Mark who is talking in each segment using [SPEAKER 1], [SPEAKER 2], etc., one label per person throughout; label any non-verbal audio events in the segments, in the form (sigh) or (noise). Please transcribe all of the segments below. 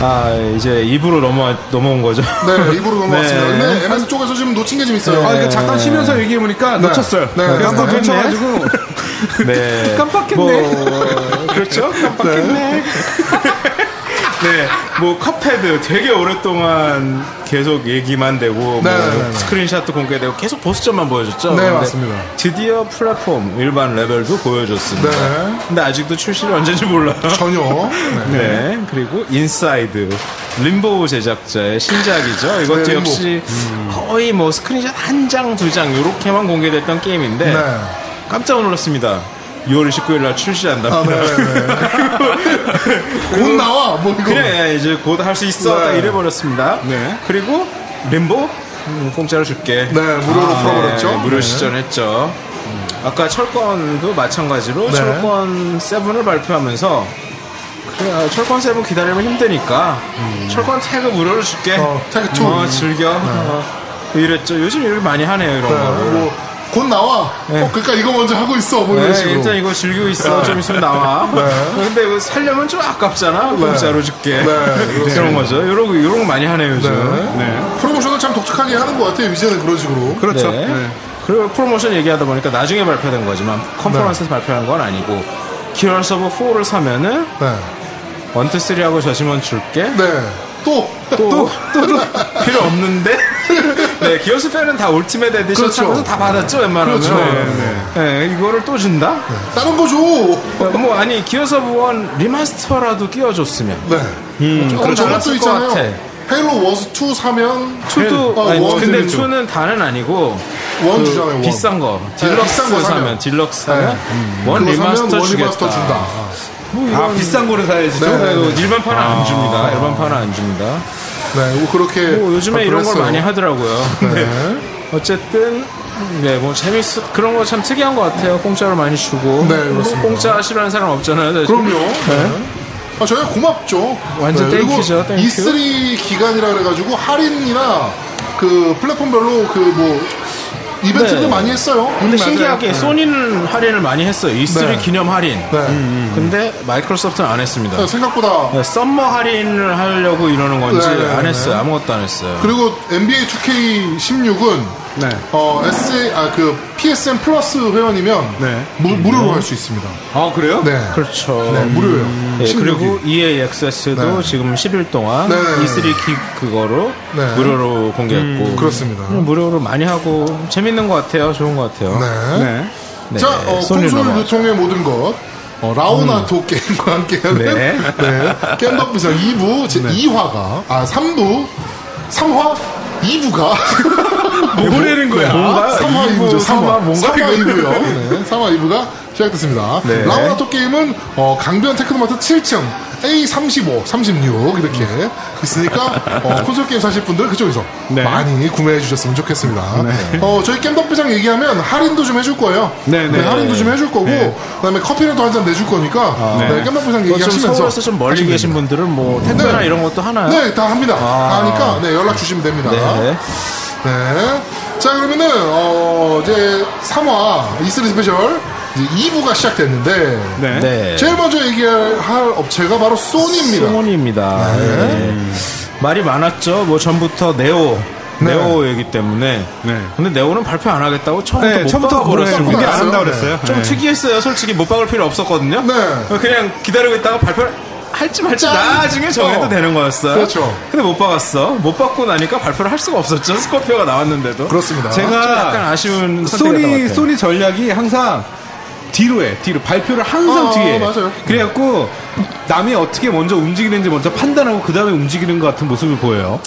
[SPEAKER 1] 아 이제 2부로 넘어 넘어온 거죠.
[SPEAKER 2] 네, 입으로 넘어왔습니다. 근데 MS 쪽에서 지금 놓친 게 좀
[SPEAKER 1] 네.
[SPEAKER 2] 있어요.
[SPEAKER 3] 아, 그러니까 잠깐 쉬면서 얘기해보니까 놓쳤어요.
[SPEAKER 2] 네,
[SPEAKER 3] 그냥 한번
[SPEAKER 2] 깜빡했네.
[SPEAKER 3] 놓쳐가지고.
[SPEAKER 1] (laughs) 네.
[SPEAKER 3] 깜빡했네.
[SPEAKER 1] 뭐, 그렇죠? 깜빡했네. (laughs) 네, 뭐 컵헤드 되게 오랫동안 계속 얘기만 되고 뭐
[SPEAKER 2] 네, 네, 네.
[SPEAKER 1] 스크린샷도 공개되고 계속 보스점만 보여줬죠.
[SPEAKER 2] 네,
[SPEAKER 1] 근데
[SPEAKER 2] 맞습니다.
[SPEAKER 1] 드디어 플랫폼 일반 레벨도 보여줬습니다.
[SPEAKER 2] 네.
[SPEAKER 1] 근데 아직도 출시를 언제인지 몰라요.
[SPEAKER 2] 전혀. 네.
[SPEAKER 1] 네, 그리고 인사이드 림보우 제작자의 신작이죠. 이것도
[SPEAKER 2] 네, 림보우.
[SPEAKER 1] 역시 거의 뭐 스크린샷 한 장, 두 장 이렇게만 공개됐던 게임인데
[SPEAKER 2] 네.
[SPEAKER 1] 깜짝 놀랐습니다. 6월 19일 날 출시한답니다.
[SPEAKER 2] 아, 네, 네, 네.
[SPEAKER 1] (laughs)
[SPEAKER 2] 곧 나와, 뭐 이거.
[SPEAKER 1] 그래 야, 이제 곧 할 수 있어
[SPEAKER 2] 네.
[SPEAKER 1] 딱 이래버렸습니다.
[SPEAKER 3] 네.
[SPEAKER 1] 그리고 림보 음, 공짜로 줄게.
[SPEAKER 2] 네, 무료로 풀어버렸죠.
[SPEAKER 1] 네, 무료
[SPEAKER 2] 네.
[SPEAKER 1] 시전했죠. 음. 아까 철권도 마찬가지로
[SPEAKER 2] 네.
[SPEAKER 1] 철권 7을 발표하면서 그래 아, 철권 7 기다리면 힘드니까 철권 태그 무료로 줄게.
[SPEAKER 2] 음. 어, 태그 투.
[SPEAKER 1] 어, 즐겨. 어, 이랬죠. 요즘 이렇게 많이 하네요 이런
[SPEAKER 2] 네,
[SPEAKER 1] 거를.
[SPEAKER 2] 뭐, 곧 나와. 어, 그러니까 이거 먼저 하고 있어. 뭐 이런
[SPEAKER 1] 네,
[SPEAKER 2] 식으로.
[SPEAKER 1] 일단 이거 즐기고 있어. 좀 있으면 나와.
[SPEAKER 2] 네.
[SPEAKER 1] 근데 이거 살려면 좀 아깝잖아. 공짜로 줄게.
[SPEAKER 2] 그렇습니다.
[SPEAKER 1] 그런 거죠. 이런 거, 이런 거 많이 하네요, 요즘. 네.
[SPEAKER 2] 프로모션을 참 독특하게 하는 것 같아요. 이제는 그런 식으로.
[SPEAKER 3] (laughs) 그렇죠.
[SPEAKER 1] 네.
[SPEAKER 3] 네.
[SPEAKER 1] 그리고 프로모션 얘기하다 보니까 나중에 발표된 거지만 컨퍼런스에서 발표한 건 아니고 기어 서버 4를 사면은
[SPEAKER 2] 네.
[SPEAKER 1] 원투 쓰리하고 저심원 줄게.
[SPEAKER 2] 네. 또.
[SPEAKER 1] 또, 또, 또 (laughs) 필요 없는데? (laughs) 네, 기어스 팬은 다 울티메트 에디션
[SPEAKER 2] 그렇죠.
[SPEAKER 1] 사면서 다 받았죠, 웬만하면.
[SPEAKER 2] 그렇죠.
[SPEAKER 1] 네, 네. 네, 이거를 또 준다?
[SPEAKER 2] 다른 거 줘.
[SPEAKER 1] 어, 뭐 아니 기어서 원 리마스터라도 끼워줬으면
[SPEAKER 2] 네. 조금
[SPEAKER 1] 그렇죠.
[SPEAKER 2] 저것도
[SPEAKER 1] 그럴
[SPEAKER 2] 있잖아요.
[SPEAKER 1] 것 같아.
[SPEAKER 2] 헤일로 워즈 2 사면
[SPEAKER 1] 2도
[SPEAKER 2] 어,
[SPEAKER 1] 아니,
[SPEAKER 2] 원
[SPEAKER 1] 근데
[SPEAKER 2] 드리죠.
[SPEAKER 1] 2는 단은 아니고
[SPEAKER 2] 원
[SPEAKER 1] 그
[SPEAKER 2] 주잖아요. 원.
[SPEAKER 1] 비싼 거
[SPEAKER 2] 네,
[SPEAKER 1] 딜럭스
[SPEAKER 2] 비싼 거 사면.
[SPEAKER 1] 사면 딜럭스
[SPEAKER 2] 네.
[SPEAKER 1] 사면 원
[SPEAKER 2] 그거 사면
[SPEAKER 1] 리마스터
[SPEAKER 2] 원 리마스터
[SPEAKER 1] 주겠다.
[SPEAKER 2] 준다.
[SPEAKER 3] 아, 비싼 거를 사야지.
[SPEAKER 2] 네.
[SPEAKER 3] 좀.
[SPEAKER 1] 네, 뭐 일반판은
[SPEAKER 2] 아.
[SPEAKER 1] 안 줍니다. 일반판은 안 줍니다.
[SPEAKER 2] 네. 뭐 그렇게.
[SPEAKER 1] 뭐 요즘에 이런 걸
[SPEAKER 2] 발표했어요.
[SPEAKER 1] 많이 하더라고요. 네. 어쨌든 네, 뭐 재밌어 그런 거 참 특이한 것 같아요. 공짜로 많이 주고
[SPEAKER 2] 네, 그렇습니다.
[SPEAKER 1] 뭐 공짜 싫어하는 사람 없잖아요. 사실.
[SPEAKER 2] 그럼요. 네. 아, 저희가 고맙죠. 네,
[SPEAKER 1] 완전 땡큐죠, 땡큐.
[SPEAKER 2] E3 기간이라 그래가지고 할인이나 그 플랫폼별로 그 뭐 이벤트도
[SPEAKER 1] 네.
[SPEAKER 2] 많이 했어요. 네.
[SPEAKER 1] 근데
[SPEAKER 2] 맞아요.
[SPEAKER 1] 신기하게 소니는 할인을 많이 했어요. E3
[SPEAKER 2] 네.
[SPEAKER 1] 기념 할인. 음,
[SPEAKER 2] 네.
[SPEAKER 1] 근데 마이크로소프트는 안 했습니다.
[SPEAKER 2] 네, 생각보다
[SPEAKER 1] 네, 썸머 할인을 하려고 이러는 건지
[SPEAKER 2] 네, 네,
[SPEAKER 1] 안
[SPEAKER 2] 네.
[SPEAKER 1] 했어요. 아무것도 안 했어요.
[SPEAKER 2] 그리고 NBA 2K16은
[SPEAKER 3] 네.
[SPEAKER 2] 어, S 아그 PSN 플러스 회원이면
[SPEAKER 3] 네.
[SPEAKER 2] 무, 무료로 할 수 있습니다.
[SPEAKER 3] 아, 그래요?
[SPEAKER 2] 네.
[SPEAKER 1] 그렇죠.
[SPEAKER 2] 네, 무료예요.
[SPEAKER 1] 예, 그리고
[SPEAKER 2] 신기록이.
[SPEAKER 1] EA 액세스도
[SPEAKER 2] 네.
[SPEAKER 1] 지금 10일 동안
[SPEAKER 2] 네.
[SPEAKER 1] E3 기 그거로
[SPEAKER 2] 네.
[SPEAKER 1] 무료로 공개했고
[SPEAKER 2] 그렇습니다.
[SPEAKER 1] 음, 무료로 많이 하고 재밌는 것 같아요. 좋은 것 같아요.
[SPEAKER 2] 네.
[SPEAKER 3] 네.
[SPEAKER 1] 네,
[SPEAKER 2] 자, 어,
[SPEAKER 1] 소니로
[SPEAKER 2] 콘솔
[SPEAKER 1] 넘어가죠. 음.
[SPEAKER 2] 유통의 모든 것. 어, 라오나토 게임과 함께하는
[SPEAKER 1] 네.
[SPEAKER 2] (laughs) 네. 겜덕비상 2부, 제 2화가, 아, 3부, 3화, 2부가. (laughs)
[SPEAKER 3] 뭐라는 거야?
[SPEAKER 1] 뭔가요?
[SPEAKER 2] 3화
[SPEAKER 1] 2부,
[SPEAKER 2] 2부죠, 3화.
[SPEAKER 1] 삼화 뭔가
[SPEAKER 2] 3화 2부요. 네, 3화 2부가 시작됐습니다.
[SPEAKER 1] 네.
[SPEAKER 2] 라오나토 게임은, 어, 강변 테크노마트 7층, A35, 36, 이렇게 있으니까, 어, 콘솔 게임 사실 분들은 그쪽에서
[SPEAKER 3] 네.
[SPEAKER 2] 많이 구매해 주셨으면 좋겠습니다. 어, 저희 겜덕비상 얘기하면 할인도 좀 해줄 거예요.
[SPEAKER 3] 네, 네.
[SPEAKER 2] 할인도 좀 해줄 거고 그다음에 커피라도 한 잔 내줄 거니까 네, 깻잎부상
[SPEAKER 1] 뭐좀
[SPEAKER 2] 얘기하시면서
[SPEAKER 1] 서울에서 좀 멀리
[SPEAKER 2] 하시면
[SPEAKER 1] 계신
[SPEAKER 2] 됩니다.
[SPEAKER 1] 분들은 뭐 택배나
[SPEAKER 2] 네.
[SPEAKER 1] 이런 것도 하나요?
[SPEAKER 2] 네, 다 합니다. 다 하니까 네, 연락 주시면 됩니다.
[SPEAKER 1] 네.
[SPEAKER 2] 네. 자, 그러면은 어, 이제 3화 E3 스페셜 이제 2부가 시작됐는데
[SPEAKER 3] 네.
[SPEAKER 1] 네.
[SPEAKER 2] 제일 먼저 얘기할 할 업체가 바로 소니입니다.
[SPEAKER 1] 소니입니다. 네. 말이 많았죠. 뭐 전부터 네오.
[SPEAKER 2] 네.
[SPEAKER 1] 네오 얘기 때문에.
[SPEAKER 3] 네.
[SPEAKER 1] 근데 네오는 발표 안 하겠다고 처음부터
[SPEAKER 3] 네,
[SPEAKER 1] 못
[SPEAKER 3] 처음부터
[SPEAKER 1] 박아
[SPEAKER 3] 그래,
[SPEAKER 1] 버렸습니다.
[SPEAKER 3] 공개 안 한다
[SPEAKER 2] 네.
[SPEAKER 3] 그랬어요.
[SPEAKER 1] 좀
[SPEAKER 3] 네.
[SPEAKER 1] 특이했어요. 솔직히 못 박을 필요 없었거든요.
[SPEAKER 2] 네.
[SPEAKER 1] 그냥 기다리고 있다가 발표를 할지 말지
[SPEAKER 2] 짠!
[SPEAKER 1] 나중에 정해도
[SPEAKER 2] 어.
[SPEAKER 1] 되는 거였어요.
[SPEAKER 2] 그렇죠.
[SPEAKER 1] 근데 못 박았어. 못 박고 나니까 발표를 할 수가 없었죠. 스코피오가 나왔는데도.
[SPEAKER 2] 그렇습니다.
[SPEAKER 1] 좀 약간
[SPEAKER 3] 제가
[SPEAKER 1] 아쉬운 선택이었던 것
[SPEAKER 3] 소니
[SPEAKER 1] 같아요.
[SPEAKER 3] 소니 전략이 항상 뒤로 해. 뒤로 발표를 항상
[SPEAKER 2] 아,
[SPEAKER 3] 뒤에. 해.
[SPEAKER 2] 맞아요.
[SPEAKER 3] 그래갖고 남이 어떻게 먼저 움직이는지 먼저 판단하고 그 다음에 움직이는 것 같은 모습을 보여요.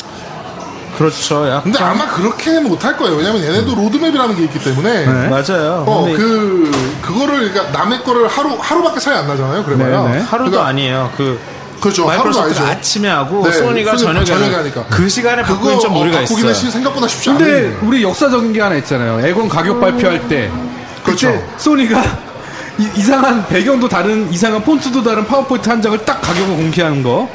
[SPEAKER 1] 그렇죠. 약간
[SPEAKER 2] 근데 아마 그렇게 못할 거예요. 왜냐면 얘네도 로드맵이라는 게 있기 때문에
[SPEAKER 1] 맞아요.
[SPEAKER 2] 어,
[SPEAKER 1] 네. 근데
[SPEAKER 2] 그, 그거를, 그러니까 남의 거를 하루, 하루밖에 차이 안 나잖아요, 그래봐야.
[SPEAKER 3] 네, 네.
[SPEAKER 1] 하루도
[SPEAKER 2] 그러니까
[SPEAKER 1] 아니에요. 그
[SPEAKER 2] 그렇죠. 하루도
[SPEAKER 1] 마이크로소프트가
[SPEAKER 2] 아니죠.
[SPEAKER 1] 아침에 하고
[SPEAKER 2] 네,
[SPEAKER 1] 소니가
[SPEAKER 2] 소니가
[SPEAKER 1] 저녁에,
[SPEAKER 2] 저녁에
[SPEAKER 1] 하는
[SPEAKER 2] 하니까.
[SPEAKER 1] 그 시간에 바꾸는 좀
[SPEAKER 2] 어,
[SPEAKER 1] 무리가
[SPEAKER 2] 바꾸기는
[SPEAKER 1] 있어요.
[SPEAKER 2] 시- 생각보다 쉽지
[SPEAKER 3] 근데
[SPEAKER 2] 않은데.
[SPEAKER 3] 우리 역사적인 게 하나 있잖아요. 에곤 가격 발표할 때 그때
[SPEAKER 2] 그렇죠.
[SPEAKER 3] 소니가 이, 이상한 배경도 다른 이상한 폰트도 다른 파워포인트 한 장을 딱 가격을 공개하는 거.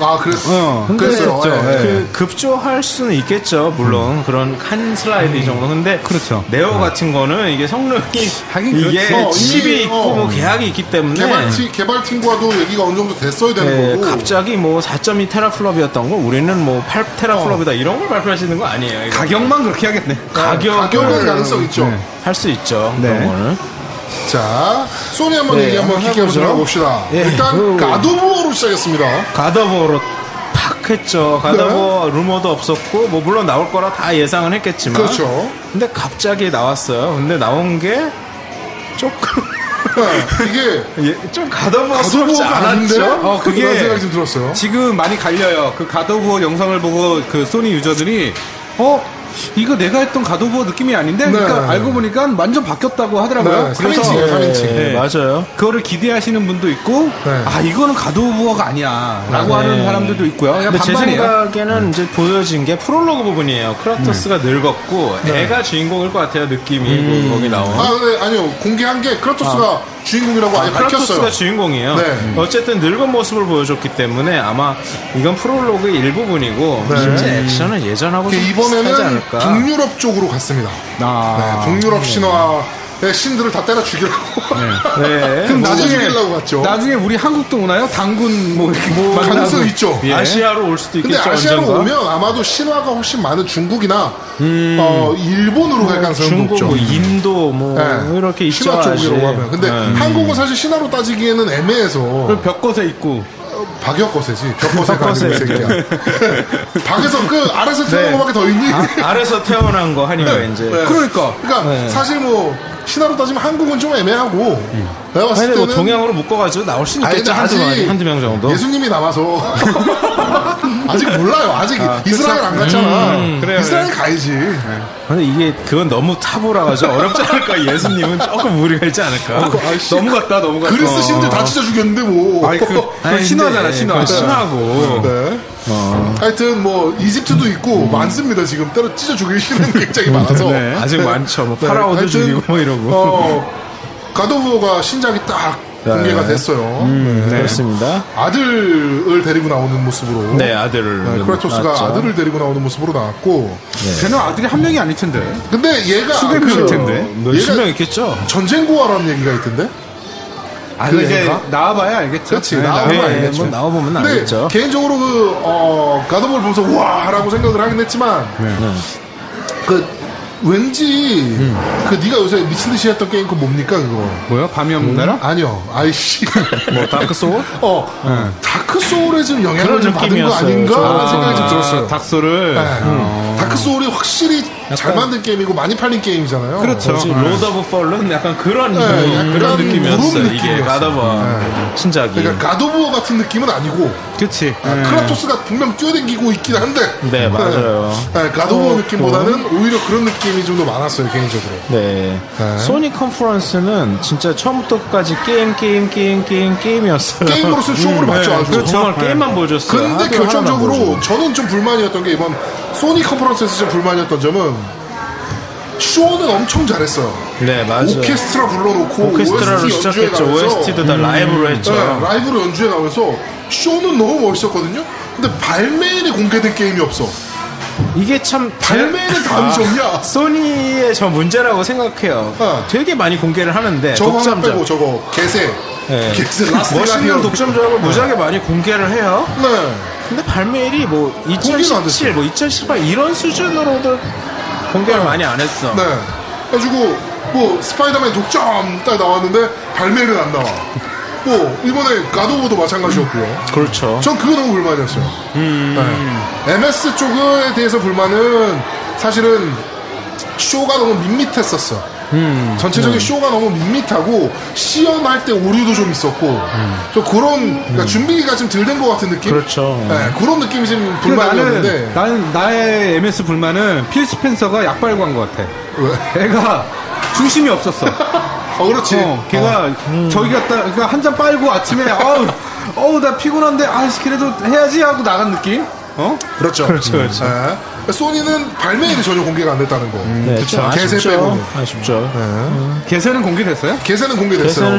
[SPEAKER 2] 아, 그랬어.
[SPEAKER 3] 어,
[SPEAKER 2] 그랬어요.
[SPEAKER 3] 흥분했었죠.
[SPEAKER 2] 예.
[SPEAKER 3] 예.
[SPEAKER 1] 그 급조할 수는 있겠죠. 물론
[SPEAKER 2] 음.
[SPEAKER 1] 그런 한 슬라이드 이 정도. 근데
[SPEAKER 3] 그렇죠.
[SPEAKER 1] 네오 같은 거는 이게
[SPEAKER 2] (laughs)
[SPEAKER 1] 성능이
[SPEAKER 3] 하긴
[SPEAKER 1] 이게
[SPEAKER 2] 그렇죠.
[SPEAKER 1] 집이
[SPEAKER 2] 어,
[SPEAKER 1] 있고
[SPEAKER 2] 어.
[SPEAKER 1] 뭐 계약이 있기 때문에
[SPEAKER 2] 개발팀, 개발팀과도 얘기가 어느 정도 됐어야 되는
[SPEAKER 1] 예,
[SPEAKER 2] 거고.
[SPEAKER 1] 갑자기 뭐 4.2 테라플롭이었던 거 우리는 뭐 8 테라플롭이다 이런 걸 발표하시는 거 아니에요. 이거.
[SPEAKER 3] 가격만 그렇게 하겠네.
[SPEAKER 1] 가격을
[SPEAKER 2] 어. 가격은 가능성 있죠.
[SPEAKER 3] 네.
[SPEAKER 1] 할 수 있죠.
[SPEAKER 3] 네.
[SPEAKER 1] 그런 거는.
[SPEAKER 2] 자, 소니 한번
[SPEAKER 1] 네,
[SPEAKER 2] 얘기 한번
[SPEAKER 1] 한번
[SPEAKER 2] 깊게 한번
[SPEAKER 1] 해보죠.
[SPEAKER 2] 들어봅시다.
[SPEAKER 1] 예.
[SPEAKER 2] 일단,
[SPEAKER 1] 오.
[SPEAKER 2] 가도부어로 시작했습니다. (laughs)
[SPEAKER 1] 가다버로 팍 했죠. 가다버 루머도 없었고 뭐 물론 나올 거라 다 예상은 했겠지만
[SPEAKER 2] 네. 그렇죠.
[SPEAKER 1] 근데 갑자기 나왔어요. 근데 나온 게 조금
[SPEAKER 2] 예, 이게,
[SPEAKER 1] 예, 좀 가다버스럽지
[SPEAKER 2] 가도부어가 아닌데?
[SPEAKER 1] 않았죠?
[SPEAKER 3] 어, 그게-
[SPEAKER 2] 그런 생각이 좀 들었어요.
[SPEAKER 3] 지금 많이 갈려요. 그 가도부어 영상을 보고 그 소니 유저들이 어 이거 내가 했던 가도부어 느낌이 아닌데 그러니까 알고 보니까 완전 바뀌었다고 하더라고요.
[SPEAKER 2] 네,
[SPEAKER 3] 그래서
[SPEAKER 2] 3인칭이에요, 3인칭.
[SPEAKER 1] 네, 맞아요.
[SPEAKER 3] 그거를 기대하시는 분도 있고
[SPEAKER 2] 네.
[SPEAKER 3] 아 이거는 가도부어가 아니야라고 하는 사람들도 있고요. 그냥
[SPEAKER 1] 근데 제
[SPEAKER 3] 반반이에요.
[SPEAKER 1] 생각에는 그러니까 이제 보여진 게 프롤로그 부분이에요. 크라토스가 늙었고 애가 주인공일 것 같아요. 느낌이 뭐, 거기 나온.
[SPEAKER 2] 아, 근데 아니요. 공개한 게 크라토스가 주인공이라고 아예 밝혔어요.
[SPEAKER 1] 크라토스가 주인공이에요.
[SPEAKER 2] 네.
[SPEAKER 1] 어쨌든 늙은 모습을 보여줬기 때문에 아마 이건 프롤로그의 일부분이고
[SPEAKER 2] 네.
[SPEAKER 1] 실제 액션은 예전하고 좀
[SPEAKER 2] 이게
[SPEAKER 1] 비슷하지
[SPEAKER 2] 이번에는
[SPEAKER 1] 않을까.
[SPEAKER 2] 북유럽 쪽으로 갔습니다.
[SPEAKER 3] 아.
[SPEAKER 2] 네, 북유럽 신화의 신들을 다 때려 죽이라고. (laughs)
[SPEAKER 1] 네.
[SPEAKER 2] 그럼 낮에 죽이려고 갔죠.
[SPEAKER 3] 나중에 우리 한국도 오나요? 당군 뭐 이렇게 뭐
[SPEAKER 2] 가능성 있죠.
[SPEAKER 3] 예.
[SPEAKER 1] 그 아시아로 올 수도
[SPEAKER 2] 근데
[SPEAKER 1] 있겠죠.
[SPEAKER 2] 아시아로
[SPEAKER 1] 언젠가.
[SPEAKER 2] 오면 아마도 신화가 훨씬 많은 중국이나 어, 일본으로 갈 가능성이
[SPEAKER 1] 음. 중국,
[SPEAKER 2] 높죠.
[SPEAKER 1] 뭐 인도 뭐
[SPEAKER 2] 네.
[SPEAKER 1] 이렇게 있죠.
[SPEAKER 2] 신화 쪽으로
[SPEAKER 1] 아직.
[SPEAKER 2] 가면. 근데
[SPEAKER 1] 네. 음.
[SPEAKER 2] 한국은 사실 신화로 따지기에는 애매해서
[SPEAKER 3] 그 벽것에 있고
[SPEAKER 2] 박역거세지. 벽거세가 아니고
[SPEAKER 1] 벽거세. (laughs)
[SPEAKER 2] 이
[SPEAKER 1] 네.
[SPEAKER 2] 새끼야. 박에서 그 아래서 태어난 것밖에 더 있니?
[SPEAKER 1] 아래서 태어난 거 하니까 이제.
[SPEAKER 2] 네.
[SPEAKER 3] 그러니까
[SPEAKER 2] 그러니까 사실 뭐 신화로 따지면 한국은 좀 애매하고 내가 봤을
[SPEAKER 1] 아니
[SPEAKER 2] 때는
[SPEAKER 1] 뭐 동양으로 묶어가지고 나올 수
[SPEAKER 2] 아니, 근데
[SPEAKER 1] 있겠죠 한두 명 한두 명 정도.
[SPEAKER 2] 예수님이 남아서
[SPEAKER 1] (laughs)
[SPEAKER 2] 아직 몰라요. 아직 이스라엘 안 갔잖아.
[SPEAKER 1] 음, 그래요,
[SPEAKER 2] 이스라엘 가야지.
[SPEAKER 1] 근데 이게 그건 너무 타보라가지고 어렵지 않을까 예수님은 조금 무리가 있지
[SPEAKER 2] 어,
[SPEAKER 1] 않을까.
[SPEAKER 2] 그, 아,
[SPEAKER 1] (laughs)
[SPEAKER 3] 너무 갔다 너무 갔다.
[SPEAKER 2] 그리스 신들 다 찢어 죽였는데 뭐.
[SPEAKER 3] 아니 그, 그 신화잖아 신화.
[SPEAKER 1] 신화고.
[SPEAKER 2] 네. (laughs) 하여튼 뭐 이집트도 있고 많습니다. 지금 따로 찢어 죽이시는 (laughs) 굉장히 많아서
[SPEAKER 1] 음. 네, 아직 많죠. 뭐 파라오도
[SPEAKER 2] 하여튼,
[SPEAKER 1] 죽이고 뭐 이러고.
[SPEAKER 2] 어, 가도부어가 신작이 딱
[SPEAKER 1] 네.
[SPEAKER 2] 공개가 됐어요.
[SPEAKER 1] 음. 그렇습니다.
[SPEAKER 2] 아들을 데리고 나오는 모습으로
[SPEAKER 1] 네 아들을
[SPEAKER 2] 네, 크라토스가
[SPEAKER 1] 낳았죠.
[SPEAKER 2] 아들을 데리고 나오는 모습으로 나왔고
[SPEAKER 3] 걔는 아들이 한 명이 아닐 텐데.
[SPEAKER 2] 근데 얘가
[SPEAKER 3] 수백
[SPEAKER 2] 그-
[SPEAKER 3] 명일 텐데.
[SPEAKER 1] 몇십 명
[SPEAKER 2] 얘가
[SPEAKER 1] 있겠죠.
[SPEAKER 2] 전쟁고아라는 얘기가 있던데
[SPEAKER 3] 아,
[SPEAKER 2] 그
[SPEAKER 3] 이제
[SPEAKER 2] 애가?
[SPEAKER 3] 나와봐야 알겠죠.
[SPEAKER 2] 그렇지,
[SPEAKER 3] 네,
[SPEAKER 2] 나와봐야
[SPEAKER 3] 나와봐야
[SPEAKER 2] 알겠죠.
[SPEAKER 3] 알겠죠.
[SPEAKER 1] 뭐 나와보면
[SPEAKER 2] 근데
[SPEAKER 1] 알겠죠.
[SPEAKER 2] 네, 개인적으로 그 어, 가드볼 보면서 와라고 생각을 하긴 했지만
[SPEAKER 1] 네.
[SPEAKER 2] 그 왠지
[SPEAKER 1] 음.
[SPEAKER 2] 그 네가 요새 미친 듯이 했던 게임 그 뭡니까 그거
[SPEAKER 3] 뭐야? 밤이 없는
[SPEAKER 2] 음.
[SPEAKER 3] 나라?
[SPEAKER 2] 아니요 아이씨
[SPEAKER 1] (laughs) 뭐 네. 다크 소울?
[SPEAKER 2] 어 다크 소울에 좀 영향을
[SPEAKER 1] 그런
[SPEAKER 2] 좀 받은 거
[SPEAKER 1] 느낌이었어요,
[SPEAKER 2] 아닌가
[SPEAKER 1] 좀.
[SPEAKER 2] 하는 생각이 좀
[SPEAKER 1] 음.
[SPEAKER 2] 들었어요.
[SPEAKER 3] 닥소를. 음.
[SPEAKER 2] 네. 다크 소울이 확실히 잘 만든 게임이고 많이 팔린 게임이잖아요.
[SPEAKER 3] 그렇죠.
[SPEAKER 1] 뭐지?
[SPEAKER 3] 네.
[SPEAKER 1] 로드 오브 펄은 약간 그런
[SPEAKER 2] 어, 네, 약간
[SPEAKER 1] 그런 느낌이었어요.
[SPEAKER 2] 그런
[SPEAKER 1] 이게
[SPEAKER 2] 느낌이었어요.
[SPEAKER 1] 가다봐 신작이.
[SPEAKER 2] 그러니까 가도부어 같은 느낌은 아니고
[SPEAKER 3] 그치.
[SPEAKER 2] 음. 크라토스가 분명 뛰어댕기고 있긴 한데.
[SPEAKER 1] 네, 맞아요.
[SPEAKER 2] 네, 가도부어 느낌보다는 오히려 그런 느낌이 좀 더 많았어요 개인적으로.
[SPEAKER 1] 네.
[SPEAKER 2] 네.
[SPEAKER 1] 소니 컨퍼런스는 진짜 처음부터 끝까지 게임, 게임, 게임, 게임, 게임이었어요. 음, 그렇죠.
[SPEAKER 2] 게임으로서 쇼를 맞죠 아주.
[SPEAKER 1] 네. 정말
[SPEAKER 2] 네.
[SPEAKER 1] 게임만 보여줬어요.
[SPEAKER 2] 근데
[SPEAKER 1] 하도 하나만
[SPEAKER 2] 결정적으로
[SPEAKER 1] 보여줬어요.
[SPEAKER 2] 저는 좀 불만이었던 게 이번 소니 컨퍼런스에서 좀 불만이었던 점은 쇼는 엄청 잘했어요.
[SPEAKER 1] 네, 맞아요.
[SPEAKER 2] 오케스트라 불러놓고
[SPEAKER 1] 오케스트라로
[SPEAKER 2] OST 연주회
[SPEAKER 1] 시작했죠.
[SPEAKER 2] 가면서
[SPEAKER 1] OST도 다 라이브로 했죠.
[SPEAKER 2] 네, 라이브로 연주해 나면서 쇼는 너무 멋있었거든요. 근데 발매일에 공개된 게임이 없어.
[SPEAKER 1] 네? 이게 참
[SPEAKER 2] 발매일에
[SPEAKER 1] 아.
[SPEAKER 2] 다음이 좋냐?
[SPEAKER 1] 소니의 저 문제라고 생각해요.
[SPEAKER 2] 어.
[SPEAKER 1] 되게 많이 공개를 하는데
[SPEAKER 2] 저거 하나
[SPEAKER 1] 독점작.
[SPEAKER 2] 빼고 저거 개새.
[SPEAKER 1] 네.
[SPEAKER 2] (laughs) 개새 라스트
[SPEAKER 1] 멋있는
[SPEAKER 2] 가디언.
[SPEAKER 1] 독점작을 무지하게 많이 공개를 해요.
[SPEAKER 2] 네.
[SPEAKER 1] 근데 발매일이 뭐
[SPEAKER 2] 공개는 안 됐어요.
[SPEAKER 1] 2017, 뭐 2018 이런 수준으로도 공개를 많이 안 했어.
[SPEAKER 2] 네. 그래가지고 뭐 스파이더맨 독점 딱 나왔는데 발매일은 안 나와. 뭐 이번에 가도우도 마찬가지였고요.
[SPEAKER 1] 그렇죠.
[SPEAKER 2] 전 그거 너무 불만이었어요.
[SPEAKER 1] 음.
[SPEAKER 2] 네. MS 쪽에 대해서 불만은 사실은 쇼가 너무 밋밋했었어.
[SPEAKER 1] 음.
[SPEAKER 2] 전체적인
[SPEAKER 1] 네.
[SPEAKER 2] 쇼가 너무 밋밋하고 시연할 때 오류도 좀 있었고 좀 그런 그러니까 준비가 좀 덜 된 것 같은 느낌.
[SPEAKER 1] 음. 그렇죠.
[SPEAKER 2] 네, 그런 느낌이 좀
[SPEAKER 3] 그
[SPEAKER 2] 불만이었는데
[SPEAKER 3] 나는, 나는, 나의 MS 불만은 필 스펜서가 약발고 한 것 같아.
[SPEAKER 2] 왜?
[SPEAKER 3] 애가 중심이 없었어.
[SPEAKER 2] 어 그렇지.
[SPEAKER 3] 어, 걔가 저기 갔다, 그러니까 한 잔 빨고 아침에, 어우, 어우, 나 피곤한데, 아씨, 그래도 해야지 하고 나간 느낌? 어?
[SPEAKER 2] 그렇죠.
[SPEAKER 1] 그렇죠, 그렇죠.
[SPEAKER 2] 네. 소니는 발매일이 전혀 공개가 안 됐다는 거.
[SPEAKER 1] 네,
[SPEAKER 2] 그쵸.
[SPEAKER 1] 좀
[SPEAKER 2] 개세
[SPEAKER 1] 아쉽죠. 네.
[SPEAKER 2] 빼고는.
[SPEAKER 1] 아쉽죠.
[SPEAKER 2] 네.
[SPEAKER 3] 개세는 공개됐어요?
[SPEAKER 2] 개세는 공개됐어요.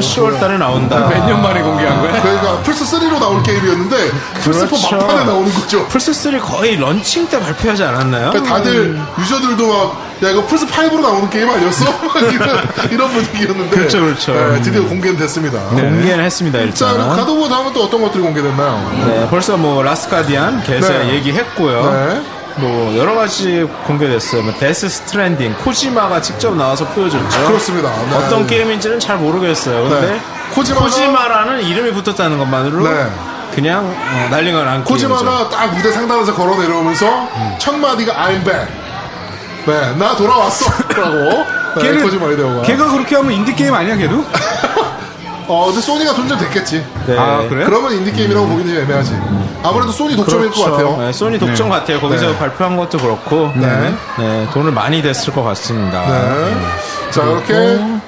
[SPEAKER 1] 대세는 10월 달에 나온다.
[SPEAKER 2] 네.
[SPEAKER 3] 몇 년 만에 공개한 거야?
[SPEAKER 2] 그러니까 플스 3로 나올 게임이었는데 플스 4
[SPEAKER 1] 음. 그렇죠.
[SPEAKER 2] 막판에 나오는 거죠.
[SPEAKER 1] 플스 3 거의 런칭 때 발표하지 않았나요?
[SPEAKER 2] 그러니까 다들
[SPEAKER 1] 음.
[SPEAKER 2] 유저들도 막, 야, 이거 플스5로 나오는 게임 아니었어? (laughs) 막 이런, 이런 분위기였는데.
[SPEAKER 1] 그렇죠, 그렇죠.
[SPEAKER 2] 네, 드디어 공개는 됐습니다.
[SPEAKER 1] 네. 공개는 했습니다
[SPEAKER 2] 자, 그럼
[SPEAKER 1] 일단.
[SPEAKER 2] 가도보 다음은 또 어떤 것들이 공개됐나요?
[SPEAKER 1] 네, 벌써 뭐 라스카디안 개세
[SPEAKER 2] 네.
[SPEAKER 1] 얘기했고요.
[SPEAKER 2] 네.
[SPEAKER 1] 뭐 여러 가지 공개됐어요. 뭐 데스 스트랜딩 코지마가 직접 나와서 보여줬죠.
[SPEAKER 2] 그렇습니다. 네.
[SPEAKER 1] 어떤 게임인지는 잘 모르겠어요. 근데
[SPEAKER 2] 네. 코지마가-
[SPEAKER 1] 코지마라는 이름이 붙었다는 것만으로
[SPEAKER 2] 네.
[SPEAKER 1] 그냥 어, 난리가 난 게임이죠.
[SPEAKER 2] 코지마가 딱 무대 상단에서 걸어 내려오면서 첫 마디가 I'm back. 네, 나 돌아왔어. 라고. 네,
[SPEAKER 3] 걔는-
[SPEAKER 2] 코지마의 대우가.
[SPEAKER 3] 걔가 그렇게 하면 인디게임 아니야, 걔도?
[SPEAKER 2] 어, 근데 소니가 존재됐겠지.
[SPEAKER 1] 네.
[SPEAKER 3] 아, 그래?
[SPEAKER 2] 그러면 인디게임이라고 보기는 좀 애매하지. 아무래도 소니 독점일 것 같아요.
[SPEAKER 1] 네, 소니 독점 같아요. 거기서 발표한 것도 그렇고
[SPEAKER 2] 네.
[SPEAKER 1] 네, 돈을 많이 댔을 것 같습니다.
[SPEAKER 2] 네. 자, 이렇게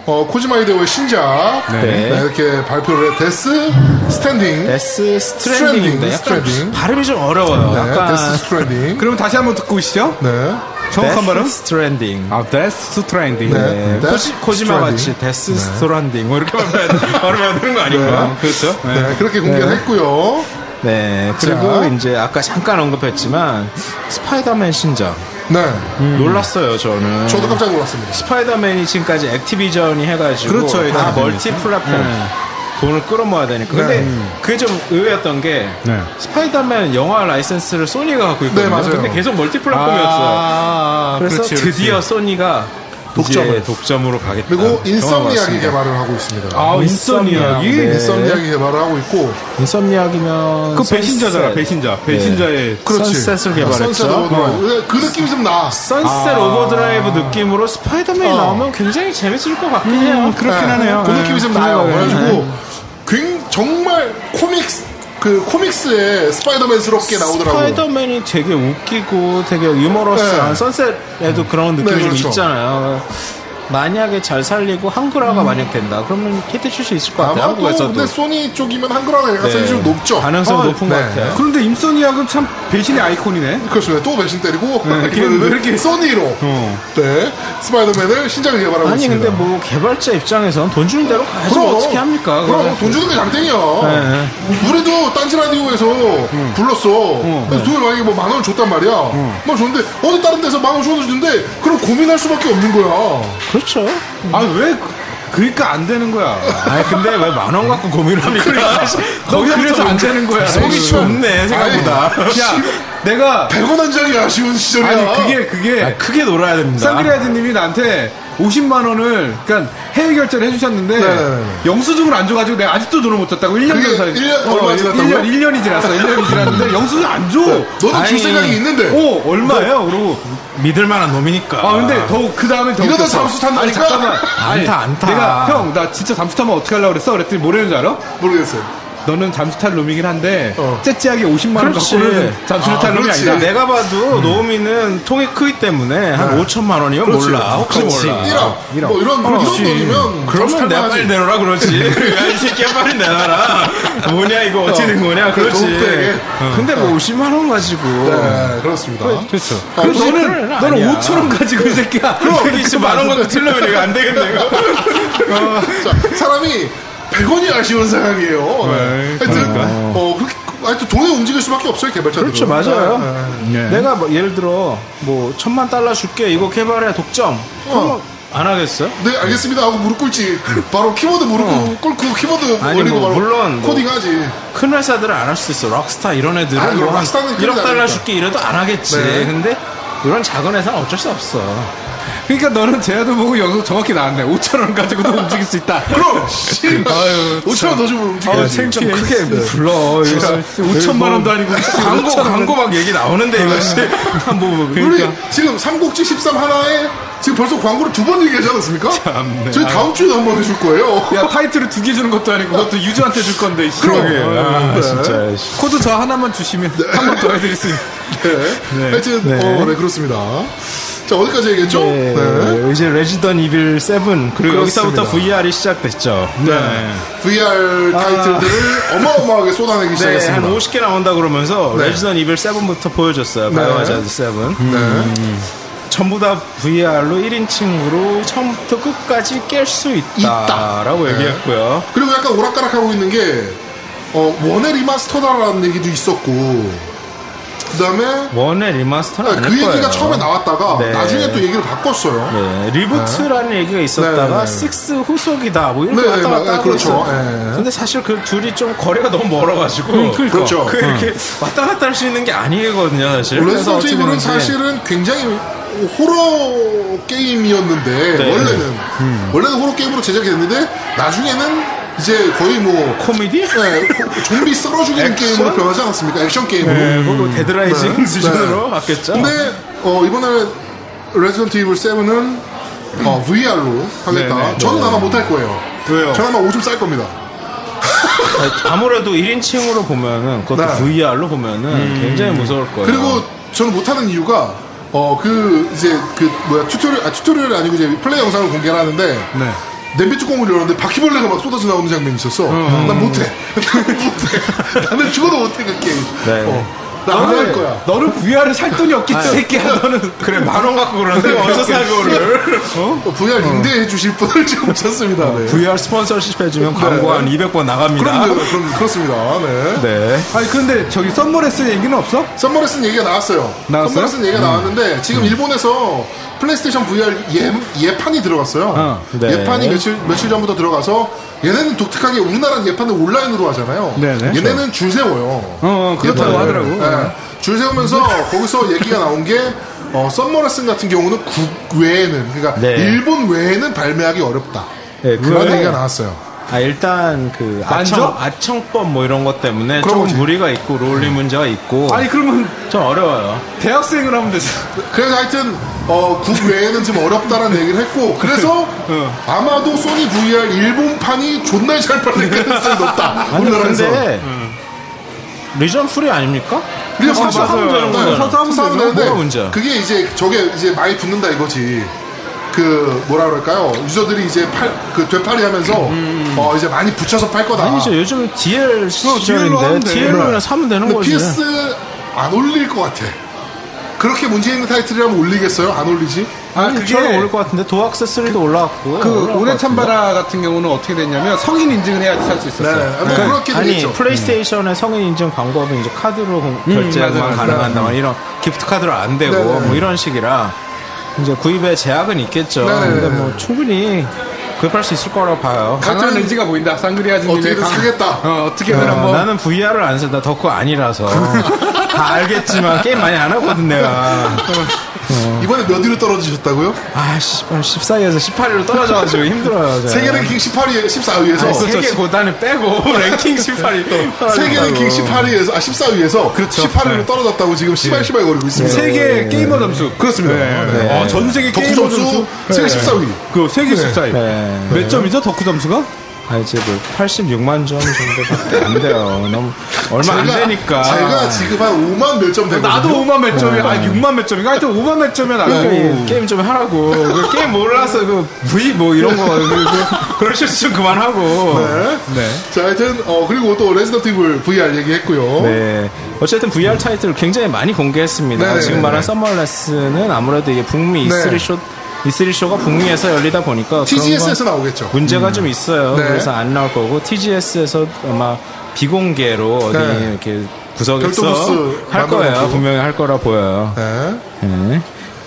[SPEAKER 2] 어, 코지마 이데오의 신작
[SPEAKER 1] 네.
[SPEAKER 2] 네, 이렇게 발표를 해 데스 스탠딩 네,
[SPEAKER 1] 데스 스트랜딩인데
[SPEAKER 2] 스트랜딩,
[SPEAKER 1] 약간
[SPEAKER 2] 스트랜딩.
[SPEAKER 1] 발음이 좀 어려워요. 약간
[SPEAKER 2] 네, 데스 스트랜딩
[SPEAKER 3] 그럼 다시 한번 듣고 오시죠.
[SPEAKER 2] 네.
[SPEAKER 3] 정확한
[SPEAKER 1] 데스
[SPEAKER 3] 발음?
[SPEAKER 1] 스트랜딩.
[SPEAKER 3] 아, 데스 트렌딩.
[SPEAKER 2] 네.
[SPEAKER 1] 네,
[SPEAKER 2] 데스
[SPEAKER 1] 코지, 코지마
[SPEAKER 2] 스트랜딩.
[SPEAKER 1] 같이 데스 스트랜딩 뭐 이렇게 발음해야- 발음해야 되는 거 아닌가?
[SPEAKER 2] 네.
[SPEAKER 1] 그렇죠?
[SPEAKER 2] 네, 그렇게 공개를 했고요.
[SPEAKER 1] 네, 그리고
[SPEAKER 2] 자.
[SPEAKER 1] 이제 아까 잠깐 언급했지만 스파이더맨 신작
[SPEAKER 2] 네.
[SPEAKER 1] 놀랐어요 저는.
[SPEAKER 2] 저도 깜짝 놀랐습니다.
[SPEAKER 1] 스파이더맨이 지금까지 액티비전이 해가지고
[SPEAKER 3] 그렇죠,
[SPEAKER 1] 다 네.
[SPEAKER 3] 일단은.
[SPEAKER 1] 멀티 플랫폼 돈을 끌어모아야 되니까. 근데 그게 좀 의외였던 게
[SPEAKER 3] 네.
[SPEAKER 1] 스파이더맨 영화 라이센스를 소니가 갖고 있거든요.
[SPEAKER 2] 네, 맞아요.
[SPEAKER 1] 근데 계속 뭐, 멀티 플랫폼이었어요.
[SPEAKER 3] 아,
[SPEAKER 1] 그래서
[SPEAKER 3] 그렇지, 그렇지.
[SPEAKER 1] 드디어 소니가
[SPEAKER 2] 독점을.
[SPEAKER 1] 이제 독점으로 가겠다.
[SPEAKER 2] 그리고 인썸니아기
[SPEAKER 1] 경험해봤습니다.
[SPEAKER 2] 개발을 하고 있습니다.
[SPEAKER 3] 아,
[SPEAKER 1] 인썸니아.
[SPEAKER 3] 인썸니아기?
[SPEAKER 1] 네.
[SPEAKER 2] 인썸니아기 개발을 하고 있고
[SPEAKER 1] 인썸니아기면 네.
[SPEAKER 3] 그 배신자잖아, 배신자. 배신자의.
[SPEAKER 2] 그렇지.
[SPEAKER 1] 예. 선셋을
[SPEAKER 2] 선셋
[SPEAKER 1] 개발했죠. 어.
[SPEAKER 2] 오버드라이브. 네, 그 느낌이 좀 나.
[SPEAKER 1] 선셋 오버드라이브 느낌으로 스파이더맨이 나오면 굉장히 재밌을 것 같긴 해요.
[SPEAKER 3] 그렇긴
[SPEAKER 2] 네,
[SPEAKER 3] 하네요.
[SPEAKER 2] 그
[SPEAKER 3] 네.
[SPEAKER 2] 느낌이 좀
[SPEAKER 3] 네.
[SPEAKER 2] 나요.
[SPEAKER 3] 네.
[SPEAKER 2] 그래가지고 굉 정말 코믹스 그 코믹스에 스파이더맨스럽게 나오더라고요.
[SPEAKER 1] 스파이더맨이 되게 웃기고 되게 유머러스한
[SPEAKER 2] 네.
[SPEAKER 1] 선셋에도 그런 느낌이
[SPEAKER 2] 네,
[SPEAKER 1] 좀
[SPEAKER 2] 그렇죠.
[SPEAKER 1] 있잖아요. 만약에 잘 살리고 한글화가 만약 된다. 그러면 히트 칠수 있을 것 같아요.
[SPEAKER 2] 음. 아마 또
[SPEAKER 1] 한국에서도. 네.
[SPEAKER 2] 근데 소니 쪽이면 한글화가 가능성이 좀 높죠.
[SPEAKER 1] 가능성
[SPEAKER 3] 아,
[SPEAKER 1] 높은
[SPEAKER 2] 네.
[SPEAKER 1] 것 같아요.
[SPEAKER 3] 그런데 임소니악은 참 배신의 아이콘이네.
[SPEAKER 2] 그렇죠. 또 배신 때리고
[SPEAKER 3] 네,
[SPEAKER 2] (laughs) 이번에는
[SPEAKER 3] 왜 이렇게-
[SPEAKER 2] 소니로
[SPEAKER 3] 어.
[SPEAKER 2] 네 스파이더맨을 신작을 개발하고
[SPEAKER 1] 아니
[SPEAKER 2] 있습니다.
[SPEAKER 1] 근데 뭐 개발자 입장에선 돈 주는 대로 가야지
[SPEAKER 2] 그럼,
[SPEAKER 1] 뭐 어떻게 합니까? 네.
[SPEAKER 2] 그럼 뭐
[SPEAKER 1] 그거는.
[SPEAKER 2] 돈 주는 게 장땡이야. 우리도 딴지 라디오에서
[SPEAKER 1] 음.
[SPEAKER 2] 불렀어. 그래서
[SPEAKER 1] 네.
[SPEAKER 2] 돈을 만약에 뭐 만 원 줬단 말이야. 막 줬는데 어디 다른 데서 만 원 줘도 주는데 그럼 고민할 수밖에 없는 거야.
[SPEAKER 1] 그렇죠.
[SPEAKER 3] 아, 왜, 그- 그러니까 안 되는 거야.
[SPEAKER 1] 아니 근데 왜 만 원 갖고 고민을 (laughs)
[SPEAKER 2] 그러니까.
[SPEAKER 1] 합니까?
[SPEAKER 2] 그렇죠.
[SPEAKER 3] 거기서 그래서 안 되는 거야.
[SPEAKER 1] 속이 좁네 생각보다.
[SPEAKER 2] (laughs)
[SPEAKER 3] 야, 내가.
[SPEAKER 2] 100원 한 장이 아쉬운 시절이야.
[SPEAKER 3] 아니, 그게, 그게.
[SPEAKER 1] 아, 크게 놀아야 됩니다.
[SPEAKER 3] 쌍그레아드님이 나한테 50만 원을 그러니까 해외 결제를 해주셨는데
[SPEAKER 2] 네네네.
[SPEAKER 3] 영수증을 안 줘가지고 내가 아직도 돈을 못 줬다고 1년
[SPEAKER 2] 그게
[SPEAKER 3] 전에 어,
[SPEAKER 2] 일 년- 얼마 지났다고요? 음. 네.
[SPEAKER 3] 1년, 1년이 지났어 1년이 지났는데 영수증 안줘
[SPEAKER 2] 너는 네. 줄
[SPEAKER 1] 아니,
[SPEAKER 2] 생각이 있는데.
[SPEAKER 3] 어 얼마예요? 그러고
[SPEAKER 1] 믿을 만한 놈이니까.
[SPEAKER 3] 아 근데 더 그 다음에 더
[SPEAKER 2] 네. 이러다
[SPEAKER 3] 웃겼어.
[SPEAKER 2] 잠수 탄다니까?
[SPEAKER 3] 아니, 잠깐만 아니,
[SPEAKER 1] 안타, 안타.
[SPEAKER 3] 내가 형 나 진짜 잠수 타면 어떻게 하려고 그랬어? 그랬더니 뭐라는 줄 알아?
[SPEAKER 2] 모르겠어요.
[SPEAKER 3] 너는 잠수 탈 놈이긴 한데
[SPEAKER 2] 어.
[SPEAKER 3] 째째하게 50만 원
[SPEAKER 1] 그렇지.
[SPEAKER 3] 갖고는 잠수를 탈 놈이
[SPEAKER 2] 그렇지.
[SPEAKER 3] 아니다
[SPEAKER 1] 내가 봐도 노우미는 통이 크기 때문에 한 5천만 원이면 몰라. 네. 혹시
[SPEAKER 2] 그렇지.
[SPEAKER 1] 몰라.
[SPEAKER 2] 1억. 뭐 이런, 이런 돈이면.
[SPEAKER 1] 아, 그러면 내가 빨리 내놔라 그러지. (laughs) 야, 이 새끼야 빨리 내놔라. 뭐냐 이거 어떻게 된 거냐. 그렇지.
[SPEAKER 2] 그래,
[SPEAKER 1] 근데 뭐 50만 원 가지고.
[SPEAKER 2] 네, 그렇습니다.
[SPEAKER 3] 그렇죠
[SPEAKER 2] 아,
[SPEAKER 3] 그럼
[SPEAKER 2] 그건
[SPEAKER 3] 너는
[SPEAKER 1] 어, 아니야.
[SPEAKER 3] 너는 5천 원 가지고 이 새끼야
[SPEAKER 1] 여기 있으면 만원 갖고 틀려면 이거 안 되겠네 이거.
[SPEAKER 2] 자, 사람이 100원이 아쉬운 상황이에요.
[SPEAKER 3] 네,
[SPEAKER 2] 하여튼,
[SPEAKER 3] 그러니까.
[SPEAKER 2] 어, 그렇게, 하여튼 돈에 움직일 수밖에 없어요,
[SPEAKER 1] (laughs)
[SPEAKER 2] 개발자들은.
[SPEAKER 1] 그렇죠 맞아요.
[SPEAKER 3] 네.
[SPEAKER 1] 내가 뭐 예를 들어 뭐 천만 달러 줄게 이거 개발해 독점. 그럼 안 하겠어요?
[SPEAKER 2] 네, 알겠습니다. 하고 무릎 꿇지. 바로 키보드 무릎 꿇고 키보드
[SPEAKER 1] 아니,
[SPEAKER 2] 올리고
[SPEAKER 1] 뭐,
[SPEAKER 2] 바로
[SPEAKER 1] 물론 뭐.
[SPEAKER 2] 코딩하지.
[SPEAKER 1] 큰 회사들은 안 할 수 있어. 락스타 이런 애들은
[SPEAKER 2] 아니,
[SPEAKER 1] 뭐한
[SPEAKER 2] 락스타는 큰일
[SPEAKER 1] 1억 달러
[SPEAKER 2] 나니까.
[SPEAKER 1] 줄게 이래도 안 하겠지.
[SPEAKER 2] 네.
[SPEAKER 1] 근데 이런 작은 회사는 어쩔 수 없어.
[SPEAKER 3] 그러니까 너는 제아도 보고 여기서 정확히 나왔네 5천 원 가지고도 움직일 수 있다
[SPEAKER 2] 그럼! (laughs) 5천원 더 주면
[SPEAKER 1] 아,
[SPEAKER 2] 움직여야지.
[SPEAKER 3] 좀 크게 불러.
[SPEAKER 1] 어,
[SPEAKER 2] 진짜.
[SPEAKER 3] 5천만 어, 원도 아니고
[SPEAKER 1] 뭐 광고 광고 막 얘기 나오는데 이거 씨. 뭐, 뭐
[SPEAKER 2] 우리 지금 삼국지 13 하나에 지금 벌써 광고를 두 번 얘기하지 않았습니까?
[SPEAKER 3] 참네.
[SPEAKER 2] 저희 다음 주에도 한 번 해줄 거예요.
[SPEAKER 3] 야 타이틀을 두 개 주는 것도 아니고 그것도 유저한테 줄 건데. 씨.
[SPEAKER 2] 그러게.
[SPEAKER 3] 어,
[SPEAKER 2] 네.
[SPEAKER 1] 아, 진짜.
[SPEAKER 3] 코드 저 하나만 주시면 한 번 더 해드릴 수 있는.
[SPEAKER 2] 네. (laughs) 하여튼
[SPEAKER 1] 네.
[SPEAKER 2] 어, 네 그렇습니다. 자 어디까지 얘기했죠?
[SPEAKER 1] 네.
[SPEAKER 2] 네.
[SPEAKER 1] 이제 레지던 이빌 7 그리고
[SPEAKER 2] 그렇습니다.
[SPEAKER 1] 여기서부터 VR이 시작됐죠.
[SPEAKER 3] 네.
[SPEAKER 2] VR 타이틀들을 어마어마하게
[SPEAKER 1] 아.
[SPEAKER 2] 쏟아내기
[SPEAKER 1] 네, 한
[SPEAKER 2] 시작했습니다.
[SPEAKER 1] 50개 나온다 그러면서
[SPEAKER 2] 네.
[SPEAKER 1] 레지던 이빌 7부터 보여줬어요. 바이오하자드 7.
[SPEAKER 2] 네.
[SPEAKER 1] 전부 다 VR로 1인칭으로 처음부터 끝까지 깰 수
[SPEAKER 2] 있다.
[SPEAKER 1] 있다라고
[SPEAKER 2] 네.
[SPEAKER 1] 얘기했고요.
[SPEAKER 2] 그리고 약간 오락가락하고 있는 게 어, 원의 리마스터다라는 얘기도 있었고 그다음에
[SPEAKER 1] 원의 리마스터는
[SPEAKER 2] 그
[SPEAKER 1] 아닐 거예요.
[SPEAKER 2] 얘기가 처음에 나왔다가
[SPEAKER 1] 네.
[SPEAKER 2] 나중에 또 얘기를 바꿨어요.
[SPEAKER 1] 네, 리부트라는 얘기가 있었다가
[SPEAKER 2] 네, 네, 네.
[SPEAKER 1] 식스 후속이다 뭐 이렇게
[SPEAKER 2] 네,
[SPEAKER 1] 왔다
[SPEAKER 2] 네,
[SPEAKER 1] 갔다
[SPEAKER 2] 네,
[SPEAKER 1] 하고
[SPEAKER 2] 그렇죠.
[SPEAKER 1] 있어요.
[SPEAKER 2] 네.
[SPEAKER 1] 근데 사실 그 둘이 좀 거리가 너무 멀어가지고
[SPEAKER 3] 그러니까.
[SPEAKER 2] 그렇죠.
[SPEAKER 1] 그 이렇게 왔다 갔다 할 수 있는 게 아니거든요 사실. 그래서
[SPEAKER 2] 레지던트
[SPEAKER 1] 어떻게
[SPEAKER 2] 이블은
[SPEAKER 1] 보면
[SPEAKER 2] 사실은 굉장히 호러 게임이었는데
[SPEAKER 1] 네.
[SPEAKER 2] 원래는 원래는 호러 게임으로 제작이 됐는데 나중에는 이제 거의 뭐
[SPEAKER 1] 코미디?
[SPEAKER 2] 네, 호- 좀비 썰어 죽이는
[SPEAKER 1] 액션?
[SPEAKER 2] 게임으로 변하지 않았습니까? 액션 게임으로.
[SPEAKER 1] 네, 그리고 데드라이징
[SPEAKER 2] 네.
[SPEAKER 1] 수준으로
[SPEAKER 2] 네.
[SPEAKER 1] 갔겠죠.
[SPEAKER 2] 근데 어, 이번에 레지던트 이블 7은 어, VR로 하겠다.
[SPEAKER 1] 네, 네,
[SPEAKER 2] 저는 아마 못할 거예요.
[SPEAKER 1] 왜요?
[SPEAKER 2] 저는 아마 오줌 쌀 겁니다.
[SPEAKER 1] 아무래도 1인칭으로 보면은 그것도
[SPEAKER 2] 네. 음.
[SPEAKER 1] VR로 보면은 굉장히 무서울 거예요.
[SPEAKER 2] 그리고
[SPEAKER 1] 아.
[SPEAKER 2] 저는 못하는 이유가 어 그 이제 그 뭐야 튜토리얼 아 튜토리얼이 아니고 이제 플레이 영상을 공개를 하는데
[SPEAKER 3] 네.
[SPEAKER 2] 냄비 뚜껑을 열었는데 바퀴벌레가 막 쏟아져 나오는 장면이 있었어.
[SPEAKER 1] 음,
[SPEAKER 2] 난 못해. (laughs) 난 못해. 나는 죽어도 못해 그 게임.
[SPEAKER 1] 네.
[SPEAKER 2] 어, 나안할 거야.
[SPEAKER 3] 너는 VR을 살 돈이 없겠지, 새끼야. 너는.
[SPEAKER 1] 그래 만 원 갖고 그러는데 어디서 사고를
[SPEAKER 2] (laughs) 어, VR 임대해 주실 분을 지금 찾습니다. 네.
[SPEAKER 1] VR 스폰서십 해주면 광고 한 200번 나갑니다.
[SPEAKER 2] 그럼요. 그럼 그렇습니다. 네.
[SPEAKER 1] 네.
[SPEAKER 3] 아니, 근데 저기 썸머레슨 얘기는 없어?
[SPEAKER 2] 썸머레슨 얘기가 나왔어요.
[SPEAKER 3] 나왔어요? 음.
[SPEAKER 2] 썸머레슨 얘기가 나왔는데 지금 일본에서 플레이스테이션 VR 예, 예판이 들어갔어요.
[SPEAKER 3] 어,
[SPEAKER 1] 네.
[SPEAKER 2] 예판이 며칠 며칠 전부터 들어가서 얘네는 독특하게 우리나라는 예판을 온라인으로 하잖아요.
[SPEAKER 3] 네네.
[SPEAKER 2] 얘네는 줄 세워요.
[SPEAKER 3] 어, 그렇다고
[SPEAKER 2] 예판을.
[SPEAKER 3] 하더라고.
[SPEAKER 2] 네. 줄 세우면서 거기서 얘기가 나온 게 어, 썸머레슨 같은 경우는 국 외에는 그러니까
[SPEAKER 1] 네.
[SPEAKER 2] 일본 외에는 발매하기 어렵다.
[SPEAKER 1] 네,
[SPEAKER 2] 그런
[SPEAKER 1] 그거는-
[SPEAKER 2] 얘기가 나왔어요.
[SPEAKER 1] 아 일단 그
[SPEAKER 3] 만져?
[SPEAKER 1] 아청 아청법 뭐 이런 것 때문에
[SPEAKER 2] 그런
[SPEAKER 1] 조금
[SPEAKER 2] 거지.
[SPEAKER 1] 무리가 있고
[SPEAKER 2] 음.
[SPEAKER 1] 롤리 문제가 있고
[SPEAKER 3] 아니, 그러면
[SPEAKER 1] 좀 어려워요.
[SPEAKER 3] 대학생을 하면 되지.
[SPEAKER 2] 그래서 하여튼 어, 국 외에는 좀 어렵다라는 얘기를 했고 그래서 아마도 소니 VR 일본판이 존나 잘 팔릴 가능성이 높다
[SPEAKER 1] (laughs) 아니
[SPEAKER 2] 우리나라에서 음.
[SPEAKER 1] 근데 리전 프리 아닙니까?
[SPEAKER 2] 리전
[SPEAKER 1] 어,
[SPEAKER 2] 프리
[SPEAKER 1] 사서 하면
[SPEAKER 2] 맞아요.
[SPEAKER 1] 되는
[SPEAKER 2] 네,
[SPEAKER 1] 거잖아.
[SPEAKER 3] 사서 하면
[SPEAKER 2] 사서
[SPEAKER 1] 되는
[SPEAKER 2] 하는데
[SPEAKER 1] 뭐가 문제야?
[SPEAKER 2] 그게 이제 저게 이제 많이 붙는다 이거지 그 뭐라 그럴까요 유저들이 이제 팔그 되팔이 하면서 어, 이제 많이 붙여서 팔 거다
[SPEAKER 1] 음, 아니죠 요즘
[SPEAKER 2] 어,
[SPEAKER 1] DL
[SPEAKER 3] 하면
[SPEAKER 1] 시절인데
[SPEAKER 3] 돼.
[SPEAKER 1] DL로 그냥 사면 되는
[SPEAKER 2] 근데
[SPEAKER 1] 거지.
[SPEAKER 2] PS 안 올릴 것 같아 그렇게 문제 있는 타이틀이라면 올리겠어요 안 올리지 네.
[SPEAKER 1] 아니
[SPEAKER 3] 그게-
[SPEAKER 1] 저는 올릴 것 같은데 도어 액세서리도 올라왔고
[SPEAKER 3] 그,
[SPEAKER 1] 올라올 것
[SPEAKER 3] 올해
[SPEAKER 1] 같은데.
[SPEAKER 3] 찬바라 같은 경우는 어떻게 됐냐면 성인 인증을 해야지 살 수
[SPEAKER 2] 네,
[SPEAKER 3] 있었어요.
[SPEAKER 2] 뭐 그렇게
[SPEAKER 1] 아니
[SPEAKER 2] 되겠죠 음,
[SPEAKER 1] 플레이스테이션의 성인 인증 방법은 이제 카드로 결제만
[SPEAKER 3] 맞아요, 맞아요.
[SPEAKER 1] 가능한다만 뭐 이런 기프트 카드로 안 되고
[SPEAKER 2] 네, 네.
[SPEAKER 1] 뭐 이런 식이라 이제 구입에 제약은 있겠죠.
[SPEAKER 2] 네, 네,
[SPEAKER 1] 근데
[SPEAKER 2] 네. 아,
[SPEAKER 1] 뭐 충분히 구입할 수 있을 거라고 봐요.
[SPEAKER 3] 강한
[SPEAKER 2] 같은-
[SPEAKER 3] 의지가 보인다. 쌍그리아즈님의
[SPEAKER 2] 어떻게든
[SPEAKER 3] 강-
[SPEAKER 2] 사겠다.
[SPEAKER 3] 어, 어떻게든
[SPEAKER 1] 어,
[SPEAKER 2] 뭐
[SPEAKER 3] 한번.
[SPEAKER 1] 나는 VR을 안 쓴다 덕후 아니라서 다 알겠지만 게임 많이 안 하거든 내가.
[SPEAKER 2] 이번에 몇 위로 떨어지셨다고요?
[SPEAKER 1] 아 씨발 14위에서 18위로 떨어져가지고 힘들어요. 제가.
[SPEAKER 2] 세계 랭킹 18위에 14위에서
[SPEAKER 1] 아니, 세계 고단을 빼고
[SPEAKER 3] (laughs)
[SPEAKER 1] 랭킹 18위 (laughs) 또
[SPEAKER 2] 세계 랭킹 18위에서 아 14위에서
[SPEAKER 1] 그렇죠.
[SPEAKER 2] 18위로
[SPEAKER 1] 네.
[SPEAKER 2] 떨어졌다고 지금 시발시발 거리고 있습니다.
[SPEAKER 3] 세계 게이머 점수. 그렇습니다.
[SPEAKER 1] 네.
[SPEAKER 3] 어, 전 세계
[SPEAKER 2] 덕후
[SPEAKER 3] 게이머
[SPEAKER 2] 점수
[SPEAKER 3] 점수.
[SPEAKER 2] 세계 14위.
[SPEAKER 3] 그 세계 14위.
[SPEAKER 1] 네.
[SPEAKER 3] 몇 점이죠? 덕후 점수가?
[SPEAKER 1] 아 이제 뭐 86만 점 정도밖에 안 돼요. 너무 얼마 안 되니까.
[SPEAKER 2] 제가 지금 한 5만 몇 점 되고
[SPEAKER 3] 나도 5만 몇 점이야. 아니, 6만 몇 점인가? 하여튼 5만 몇 점이야,
[SPEAKER 1] 네. 그러니까
[SPEAKER 3] 나도. 네.
[SPEAKER 1] 이 게임 좀 하라고. 그 게임 몰라서 그 V 뭐 이런 거 그, 그, 그런 실수 좀 그만하고.
[SPEAKER 3] 네.
[SPEAKER 2] 자 하여튼 어 그리고 또 레지던트 이블 VR 얘기했고요.
[SPEAKER 1] 네. 어쨌든 VR 타이틀을 굉장히 많이 공개했습니다.
[SPEAKER 2] 네, 네,
[SPEAKER 1] 지금 말한
[SPEAKER 2] 네.
[SPEAKER 1] 썸머레스는 아무래도 이게 북미
[SPEAKER 2] 네.
[SPEAKER 1] E3 쇼 E3 쇼가 북미에서 열리다 보니까 그런
[SPEAKER 2] TGS에서
[SPEAKER 1] 건
[SPEAKER 2] 나오겠죠.
[SPEAKER 1] 문제가 좀 있어요.
[SPEAKER 2] 네.
[SPEAKER 1] 그래서 안 나올 거고 TGS에서 아마 비공개로 어디
[SPEAKER 2] 네.
[SPEAKER 1] 이렇게
[SPEAKER 2] 별도
[SPEAKER 1] 구석에서
[SPEAKER 2] 부스
[SPEAKER 1] 할 거예요.
[SPEAKER 2] 만들어놓고.
[SPEAKER 1] 분명히 할 거라 보여요.
[SPEAKER 2] 네.
[SPEAKER 1] 네.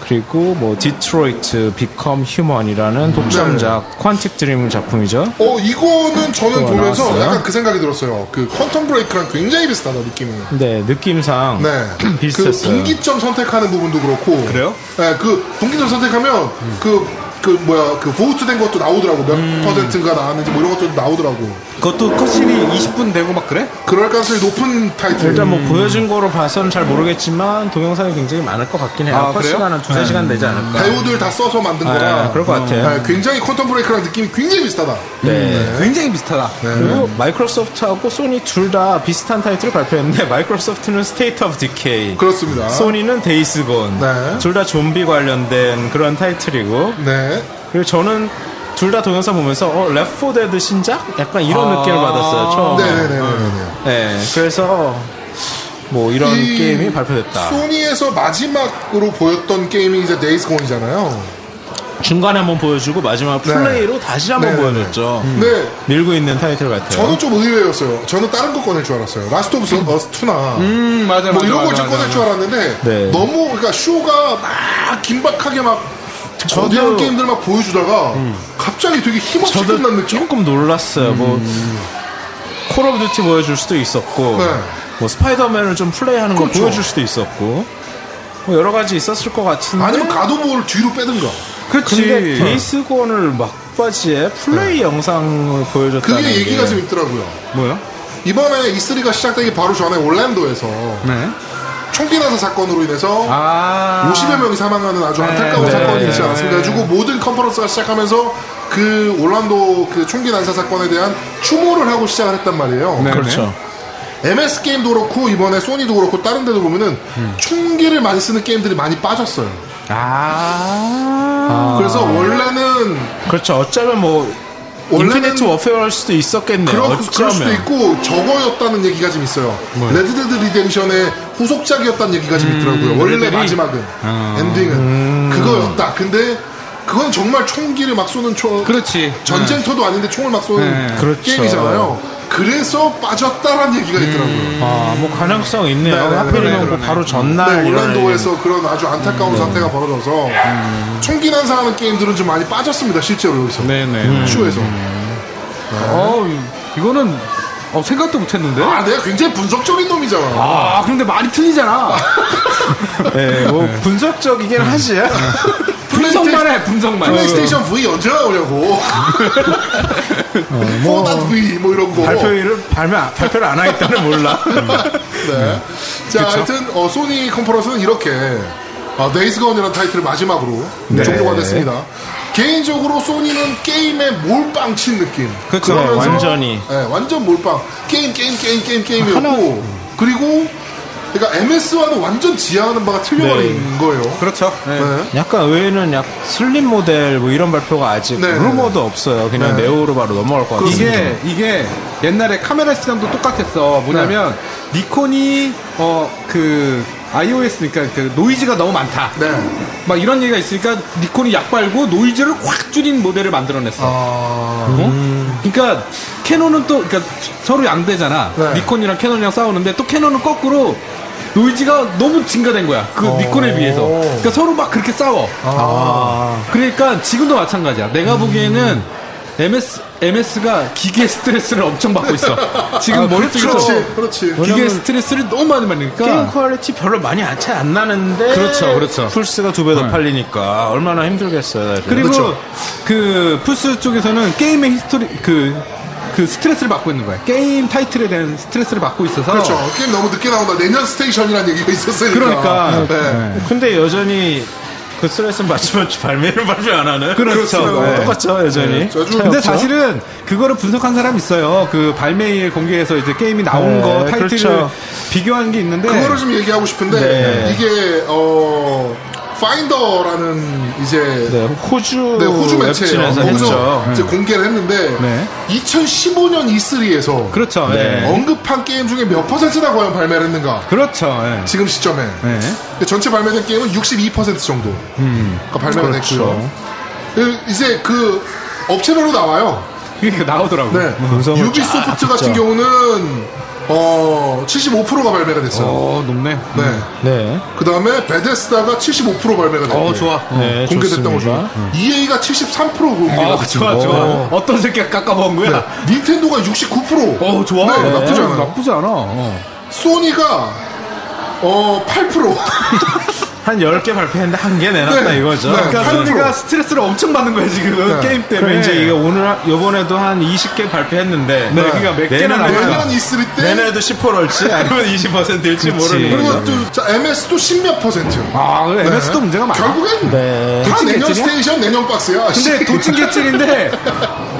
[SPEAKER 1] 그리고 뭐 디트로이트 비컴 휴먼이라는
[SPEAKER 2] 네.
[SPEAKER 1] 독점작 퀀틱 드림 작품이죠.
[SPEAKER 2] 어 이거는 저는
[SPEAKER 1] 또
[SPEAKER 2] 보면서
[SPEAKER 1] 나왔어요?
[SPEAKER 2] 약간 그 생각이 들었어요. 그 퀀텀 브레이크랑 굉장히 비슷하다 느낌이.
[SPEAKER 1] 네, 느낌상 (clears throat)
[SPEAKER 2] 네.
[SPEAKER 1] 비슷했어요.
[SPEAKER 2] 그 분기점 선택하는 부분도 그렇고.
[SPEAKER 3] 그래요?
[SPEAKER 2] 네, 그 분기점 선택하면 그 그 뭐야 그 보호트된 것도 나오더라고 몇
[SPEAKER 1] 음.
[SPEAKER 2] 퍼센트가 나왔는지 뭐 이런 것도 나오더라고
[SPEAKER 3] 그것도 컷신이 20분 되고 막 그래?
[SPEAKER 2] 그럴 가능성이 높은 타이틀
[SPEAKER 1] 일단 뭐 보여준 거로 봐서는 잘 모르겠지만 동영상이 굉장히 많을 것 같긴 해요.
[SPEAKER 3] 아,
[SPEAKER 1] 컷
[SPEAKER 3] 그래요?
[SPEAKER 1] 시간은 두세 시간 되지 않을까.
[SPEAKER 2] 배우들 다 써서 만든
[SPEAKER 1] 아,
[SPEAKER 2] 거라
[SPEAKER 1] 그럴 것 같아요.
[SPEAKER 2] 아, 굉장히 퀀텀 브레이크랑 느낌이 굉장히 비슷하다
[SPEAKER 1] 네.
[SPEAKER 3] 음, 굉장히 비슷하다.
[SPEAKER 1] 그리고
[SPEAKER 2] 네.
[SPEAKER 1] 마이크로소프트하고 소니 둘 다 비슷한 타이틀을 발표했는데 (laughs) 마이크로소프트는 스테이트 오브 디케이
[SPEAKER 2] 그렇습니다
[SPEAKER 1] 소니는 데이스곤
[SPEAKER 2] 네.
[SPEAKER 1] 둘 다 좀비 관련된 그런 타이틀이고
[SPEAKER 2] 네
[SPEAKER 1] 그리고 저는 둘 다 동영상 보면서 어 레포데드 신작 약간 이런
[SPEAKER 3] 아.
[SPEAKER 1] 느낌을 받았어요 처음
[SPEAKER 2] 네, 네네네네네
[SPEAKER 1] 네, 그래서 뭐 이런
[SPEAKER 2] 이
[SPEAKER 1] 게임이 발표됐다
[SPEAKER 2] 소니에서 마지막으로 보였던 게임이 이제 데이스곤이잖아요
[SPEAKER 1] 중간에 한번 보여주고 마지막
[SPEAKER 2] 네.
[SPEAKER 1] 플레이로 다시 한번
[SPEAKER 2] 네네네. 음.
[SPEAKER 1] 보여줬죠 음.
[SPEAKER 2] 근데
[SPEAKER 1] 밀고 있는 타이틀 같아요
[SPEAKER 2] 저는 좀 의외였어요 저는 다른 거 꺼낼 줄 알았어요 라스트 오브 어스2나
[SPEAKER 3] 음, 맞아,
[SPEAKER 2] 뭐
[SPEAKER 3] 맞아,
[SPEAKER 2] 이런 걸
[SPEAKER 3] 맞아,
[SPEAKER 2] 좀 꺼낼
[SPEAKER 3] 맞아.
[SPEAKER 2] 줄 알았는데
[SPEAKER 1] 네.
[SPEAKER 2] 너무 그러니까 쇼가 막 긴박하게 막
[SPEAKER 1] 저도- 음.
[SPEAKER 2] 거대한 게임들 막 보여주다가 갑자기 되게 힘없이
[SPEAKER 1] 저도
[SPEAKER 2] 끝난 느낌?
[SPEAKER 1] 조금 놀랐어요. 뭐, 콜 오브 듀티 보여줄 수도 있었고,
[SPEAKER 2] 음. 네.
[SPEAKER 1] 뭐, 스파이더맨을 좀 플레이하는 거
[SPEAKER 2] 그렇죠.
[SPEAKER 1] 보여줄 수도 있었고, 뭐, 여러 가지 있었을 것 같은데.
[SPEAKER 2] 아니면 가도보를 뒤로 빼든가
[SPEAKER 3] 그렇지.
[SPEAKER 1] 근데 데이스곤을 막바지에 플레이 영상을 보여줬다는 네.
[SPEAKER 2] 네. 그게
[SPEAKER 1] 게
[SPEAKER 2] 얘기가 지금 있더라고요
[SPEAKER 3] 뭐야?
[SPEAKER 2] 이번에 E3가 시작되기 바로 전에 올랜도에서
[SPEAKER 3] 네.
[SPEAKER 2] 총기 나사 사건으로 인해서
[SPEAKER 3] 아.
[SPEAKER 2] 50여 명이 사망하는 아주 안타까운
[SPEAKER 1] 네,
[SPEAKER 2] 사건이
[SPEAKER 1] 네,
[SPEAKER 2] 있지 않습니까? 그래가지고 모든 컨퍼런스가 시작하면서 그 올란도 그 총기 난사 사건에 대한 추모를 하고 시작을 했단 말이에요.
[SPEAKER 3] 네.
[SPEAKER 1] 그렇죠.
[SPEAKER 2] MS 게임도 그렇고 이번에 소니도 그렇고 다른 데도 보면은 총기를 많이 쓰는 게임들이 많이 빠졌어요.
[SPEAKER 3] 아.
[SPEAKER 2] 그래서 원래는
[SPEAKER 1] 그렇죠. 어쩌면 뭐,
[SPEAKER 2] 원래는-
[SPEAKER 1] 인피니트 워페어일 수도 있었겠네요.
[SPEAKER 3] 아,
[SPEAKER 2] 그런 그럴
[SPEAKER 1] 어쩌면.
[SPEAKER 2] 수도 있고 저거였다는 얘기가 좀 있어요.
[SPEAKER 3] 뭐.
[SPEAKER 2] 레드데드 리뎀션의 후속작이었다는 얘기가 좀 있더라고요. 원래
[SPEAKER 3] 음, 레드들이? 아. 음.
[SPEAKER 2] 마지막은 엔딩은 그거였다. 근데 그건 정말 총기를 막 쏘는 총
[SPEAKER 3] 그렇지.
[SPEAKER 2] 전쟁터도 아닌데 총을 막 쏘는
[SPEAKER 3] 네.
[SPEAKER 1] 그렇죠.
[SPEAKER 2] 게임이잖아요. 그래서 빠졌다라는 얘기가 있더라고요.
[SPEAKER 1] 아, 뭐, 가능성 있네요.
[SPEAKER 2] 네, 네,
[SPEAKER 1] 하필이면
[SPEAKER 2] 네,
[SPEAKER 1] 뭐
[SPEAKER 3] 그러네.
[SPEAKER 1] 바로 전날.
[SPEAKER 2] 네,
[SPEAKER 1] 이런
[SPEAKER 2] 올란도에서 그런 아주 안타까운 사태가 벌어져서 총기 난사하는 게임들은 좀 많이 빠졌습니다. 실제로 여기서 음.
[SPEAKER 3] 네네.
[SPEAKER 2] 쇼에서.
[SPEAKER 3] 어, 이거는 어, 생각도 못했는데.
[SPEAKER 2] 아, 내가 굉장히 분석적인 놈이잖아.
[SPEAKER 3] 아, 그런데 말이 틀리잖아.
[SPEAKER 1] 예, 뭐 분석적이긴 하지.
[SPEAKER 3] 분석만 해, 분석만. 어.
[SPEAKER 2] 플레이스테이션 V 언제 나오냐고. (laughs) 포단 V 뭐 이런
[SPEAKER 1] (laughs)
[SPEAKER 2] 거.
[SPEAKER 1] 발표일을 발매 안- 발표를 안 하겠다는 몰라.
[SPEAKER 2] 네. 자, 하여튼 어, 소니 컨퍼런스는 이렇게 어, 데이스건이라는 타이틀을 마지막으로
[SPEAKER 3] 네.
[SPEAKER 2] 종료가 됐습니다. 개인적으로 소니는 게임에 몰빵 친 느낌.
[SPEAKER 1] 그쵸,
[SPEAKER 2] 그러면서,
[SPEAKER 1] 완전히.
[SPEAKER 2] 네, 완전 몰빵. 게임, 게임, 게임, 게임, 게임이었고. 그리고 그러니까 MS와는 완전 지향하는 바가 틀려버린 거예요.
[SPEAKER 3] 그렇죠. 네.
[SPEAKER 2] 네.
[SPEAKER 1] 약간 의외는 약 슬림 모델 뭐 이런 발표가 아직
[SPEAKER 2] 네,
[SPEAKER 1] 루머도 없어요. 그냥
[SPEAKER 2] 네.
[SPEAKER 1] 네오로 바로 넘어갈 것 같습니다.
[SPEAKER 3] 이게 이게 옛날에 카메라 시장도 똑같았어. 뭐냐면 니콘이 어 그 iOS 그러니까 그 노이즈가 너무 많다.
[SPEAKER 2] 네.
[SPEAKER 3] 막 이런 얘기가 있으니까 니콘이 약 발고 노이즈를 확 줄인 모델을 만들어냈어.
[SPEAKER 2] 아,
[SPEAKER 3] 어? 그러니까 캐논은 또 그러니까 서로 양대잖아.
[SPEAKER 2] 네.
[SPEAKER 3] 니콘이랑 캐논이랑 싸우는데 또 캐논은 거꾸로 노이즈가 너무 증가된 거야. 그
[SPEAKER 2] 어.
[SPEAKER 3] 니콘에 비해서. 그러니까 서로 막 그렇게 싸워.
[SPEAKER 2] 아.
[SPEAKER 1] 아,
[SPEAKER 3] 그러니까 지금도 마찬가지야. 내가 보기에는 MS MS가 기계 스트레스를 엄청 받고 있어. 지금 머릿속에서
[SPEAKER 2] 아, 그렇죠.
[SPEAKER 3] 그렇죠.
[SPEAKER 2] 그렇지, 그렇지.
[SPEAKER 3] 기계 스트레스를 너무 많이 받으니까
[SPEAKER 1] 그러니까 게임 퀄리티 별로 많이 안 차이 안 나는데
[SPEAKER 3] 그렇죠, 그렇죠.
[SPEAKER 1] 플스가 두 배 더
[SPEAKER 3] 네.
[SPEAKER 1] 팔리니까 얼마나 힘들겠어요. 사실.
[SPEAKER 3] 그리고
[SPEAKER 1] 그렇죠.
[SPEAKER 3] 그 플스 쪽에서는 게임의 히스토리 그, 그 스트레스를 받고 있는 거야. 게임 타이틀에 대한 스트레스를 받고 있어서
[SPEAKER 2] 그렇죠. 게임 너무 늦게 나온다. 내년 스테이션이라는 얘기가 있었으니까.
[SPEAKER 3] 그러니까.
[SPEAKER 2] 네.
[SPEAKER 1] 근데 여전히 그 스트레스는 맞지만 (laughs) 발매를 발표 안 하는
[SPEAKER 2] 그렇죠.
[SPEAKER 1] 네. 똑같죠 여전히.
[SPEAKER 2] 네, 아주-
[SPEAKER 1] 차이
[SPEAKER 3] 근데
[SPEAKER 1] 없죠?
[SPEAKER 3] 사실은 그거를 분석한 사람 이 있어요. 그 발매일 공개해서 이제 게임이
[SPEAKER 1] 네,
[SPEAKER 3] 나온 거 타이틀을
[SPEAKER 1] 그렇죠.
[SPEAKER 3] 비교한 게 있는데
[SPEAKER 2] 그거를 좀 얘기하고 싶은데
[SPEAKER 1] 네.
[SPEAKER 2] 이게 어 파인더라는 이제
[SPEAKER 1] 네, 호주
[SPEAKER 2] 네, 호주 매체예요.
[SPEAKER 1] 웹진에서
[SPEAKER 2] 거기서
[SPEAKER 1] 했죠. 음.
[SPEAKER 2] 이제 공개를 했는데
[SPEAKER 3] 네.
[SPEAKER 2] 2015년 E3에서
[SPEAKER 3] 그렇죠.
[SPEAKER 2] 네.
[SPEAKER 3] 예.
[SPEAKER 1] 네.
[SPEAKER 2] 어. 언급한 게임 중에 몇 퍼센트나 과연 발매를 했는가?
[SPEAKER 3] 그렇죠. 예.
[SPEAKER 2] 지금 시점에
[SPEAKER 3] 네.
[SPEAKER 2] 근데 전체 발매된 게임은 62% 정도
[SPEAKER 1] 음.
[SPEAKER 2] 가 발매가
[SPEAKER 1] 그렇죠.
[SPEAKER 2] 됐고요. 그, 이제 그 업체별로 나와요.
[SPEAKER 3] 그게 나오더라고.
[SPEAKER 2] 네.
[SPEAKER 3] 요 어.
[SPEAKER 1] 분석을
[SPEAKER 2] 유비소프트
[SPEAKER 1] 음, 쫙
[SPEAKER 2] 같은
[SPEAKER 1] 했죠.
[SPEAKER 2] 경우는 어 75%가 발매가 됐어요.
[SPEAKER 3] 어 높네.
[SPEAKER 2] 네.
[SPEAKER 1] 네.
[SPEAKER 2] 그 다음에 베데스다가 75% 발매가 됐고
[SPEAKER 3] 어 좋아.
[SPEAKER 1] 네,
[SPEAKER 2] 공개됐던 거죠.
[SPEAKER 1] 좋습니다.
[SPEAKER 2] EA가 73% 공개가
[SPEAKER 3] 어 좋아 좋아.
[SPEAKER 1] 어.
[SPEAKER 3] 어떤 새끼가 깎아먹은 거야?
[SPEAKER 2] 닌텐도가 69%.
[SPEAKER 3] 어 좋아.
[SPEAKER 2] 네,
[SPEAKER 3] 네.
[SPEAKER 2] 나쁘지 않아요.
[SPEAKER 3] 나쁘지 않아. 어. (laughs)
[SPEAKER 2] 소니가 어 8%.
[SPEAKER 1] 한 10개 발표했는데 한 개 내놨다
[SPEAKER 2] 네.
[SPEAKER 1] 이거죠.
[SPEAKER 2] 네.
[SPEAKER 3] 그러니까
[SPEAKER 2] 팔로.
[SPEAKER 3] 소니가 스트레스를 엄청 받는 거야 지금
[SPEAKER 2] 네.
[SPEAKER 3] 게임 때문에.
[SPEAKER 1] 뭐. 그럼 이제 이게 오늘 하- 요번에도 한 20개 발표했는데
[SPEAKER 3] 네, 그러니까 몇 개나
[SPEAKER 1] 내년에도-
[SPEAKER 3] 남았다.
[SPEAKER 2] 내년 있을 때
[SPEAKER 1] 내년에도 10%일지 아니면 20%일지 모르는
[SPEAKER 3] 그렇지.
[SPEAKER 1] 거죠.
[SPEAKER 2] 그리고 또 자, MS도 십몇 퍼센트.
[SPEAKER 3] 아, 그 MS도 문제가 많아.
[SPEAKER 2] 결국엔
[SPEAKER 1] 네.
[SPEAKER 2] 다 내년
[SPEAKER 3] 도찐개찐이야?
[SPEAKER 2] 스테이션 내년 박스야. (laughs)
[SPEAKER 3] 근데 도찐개찐인데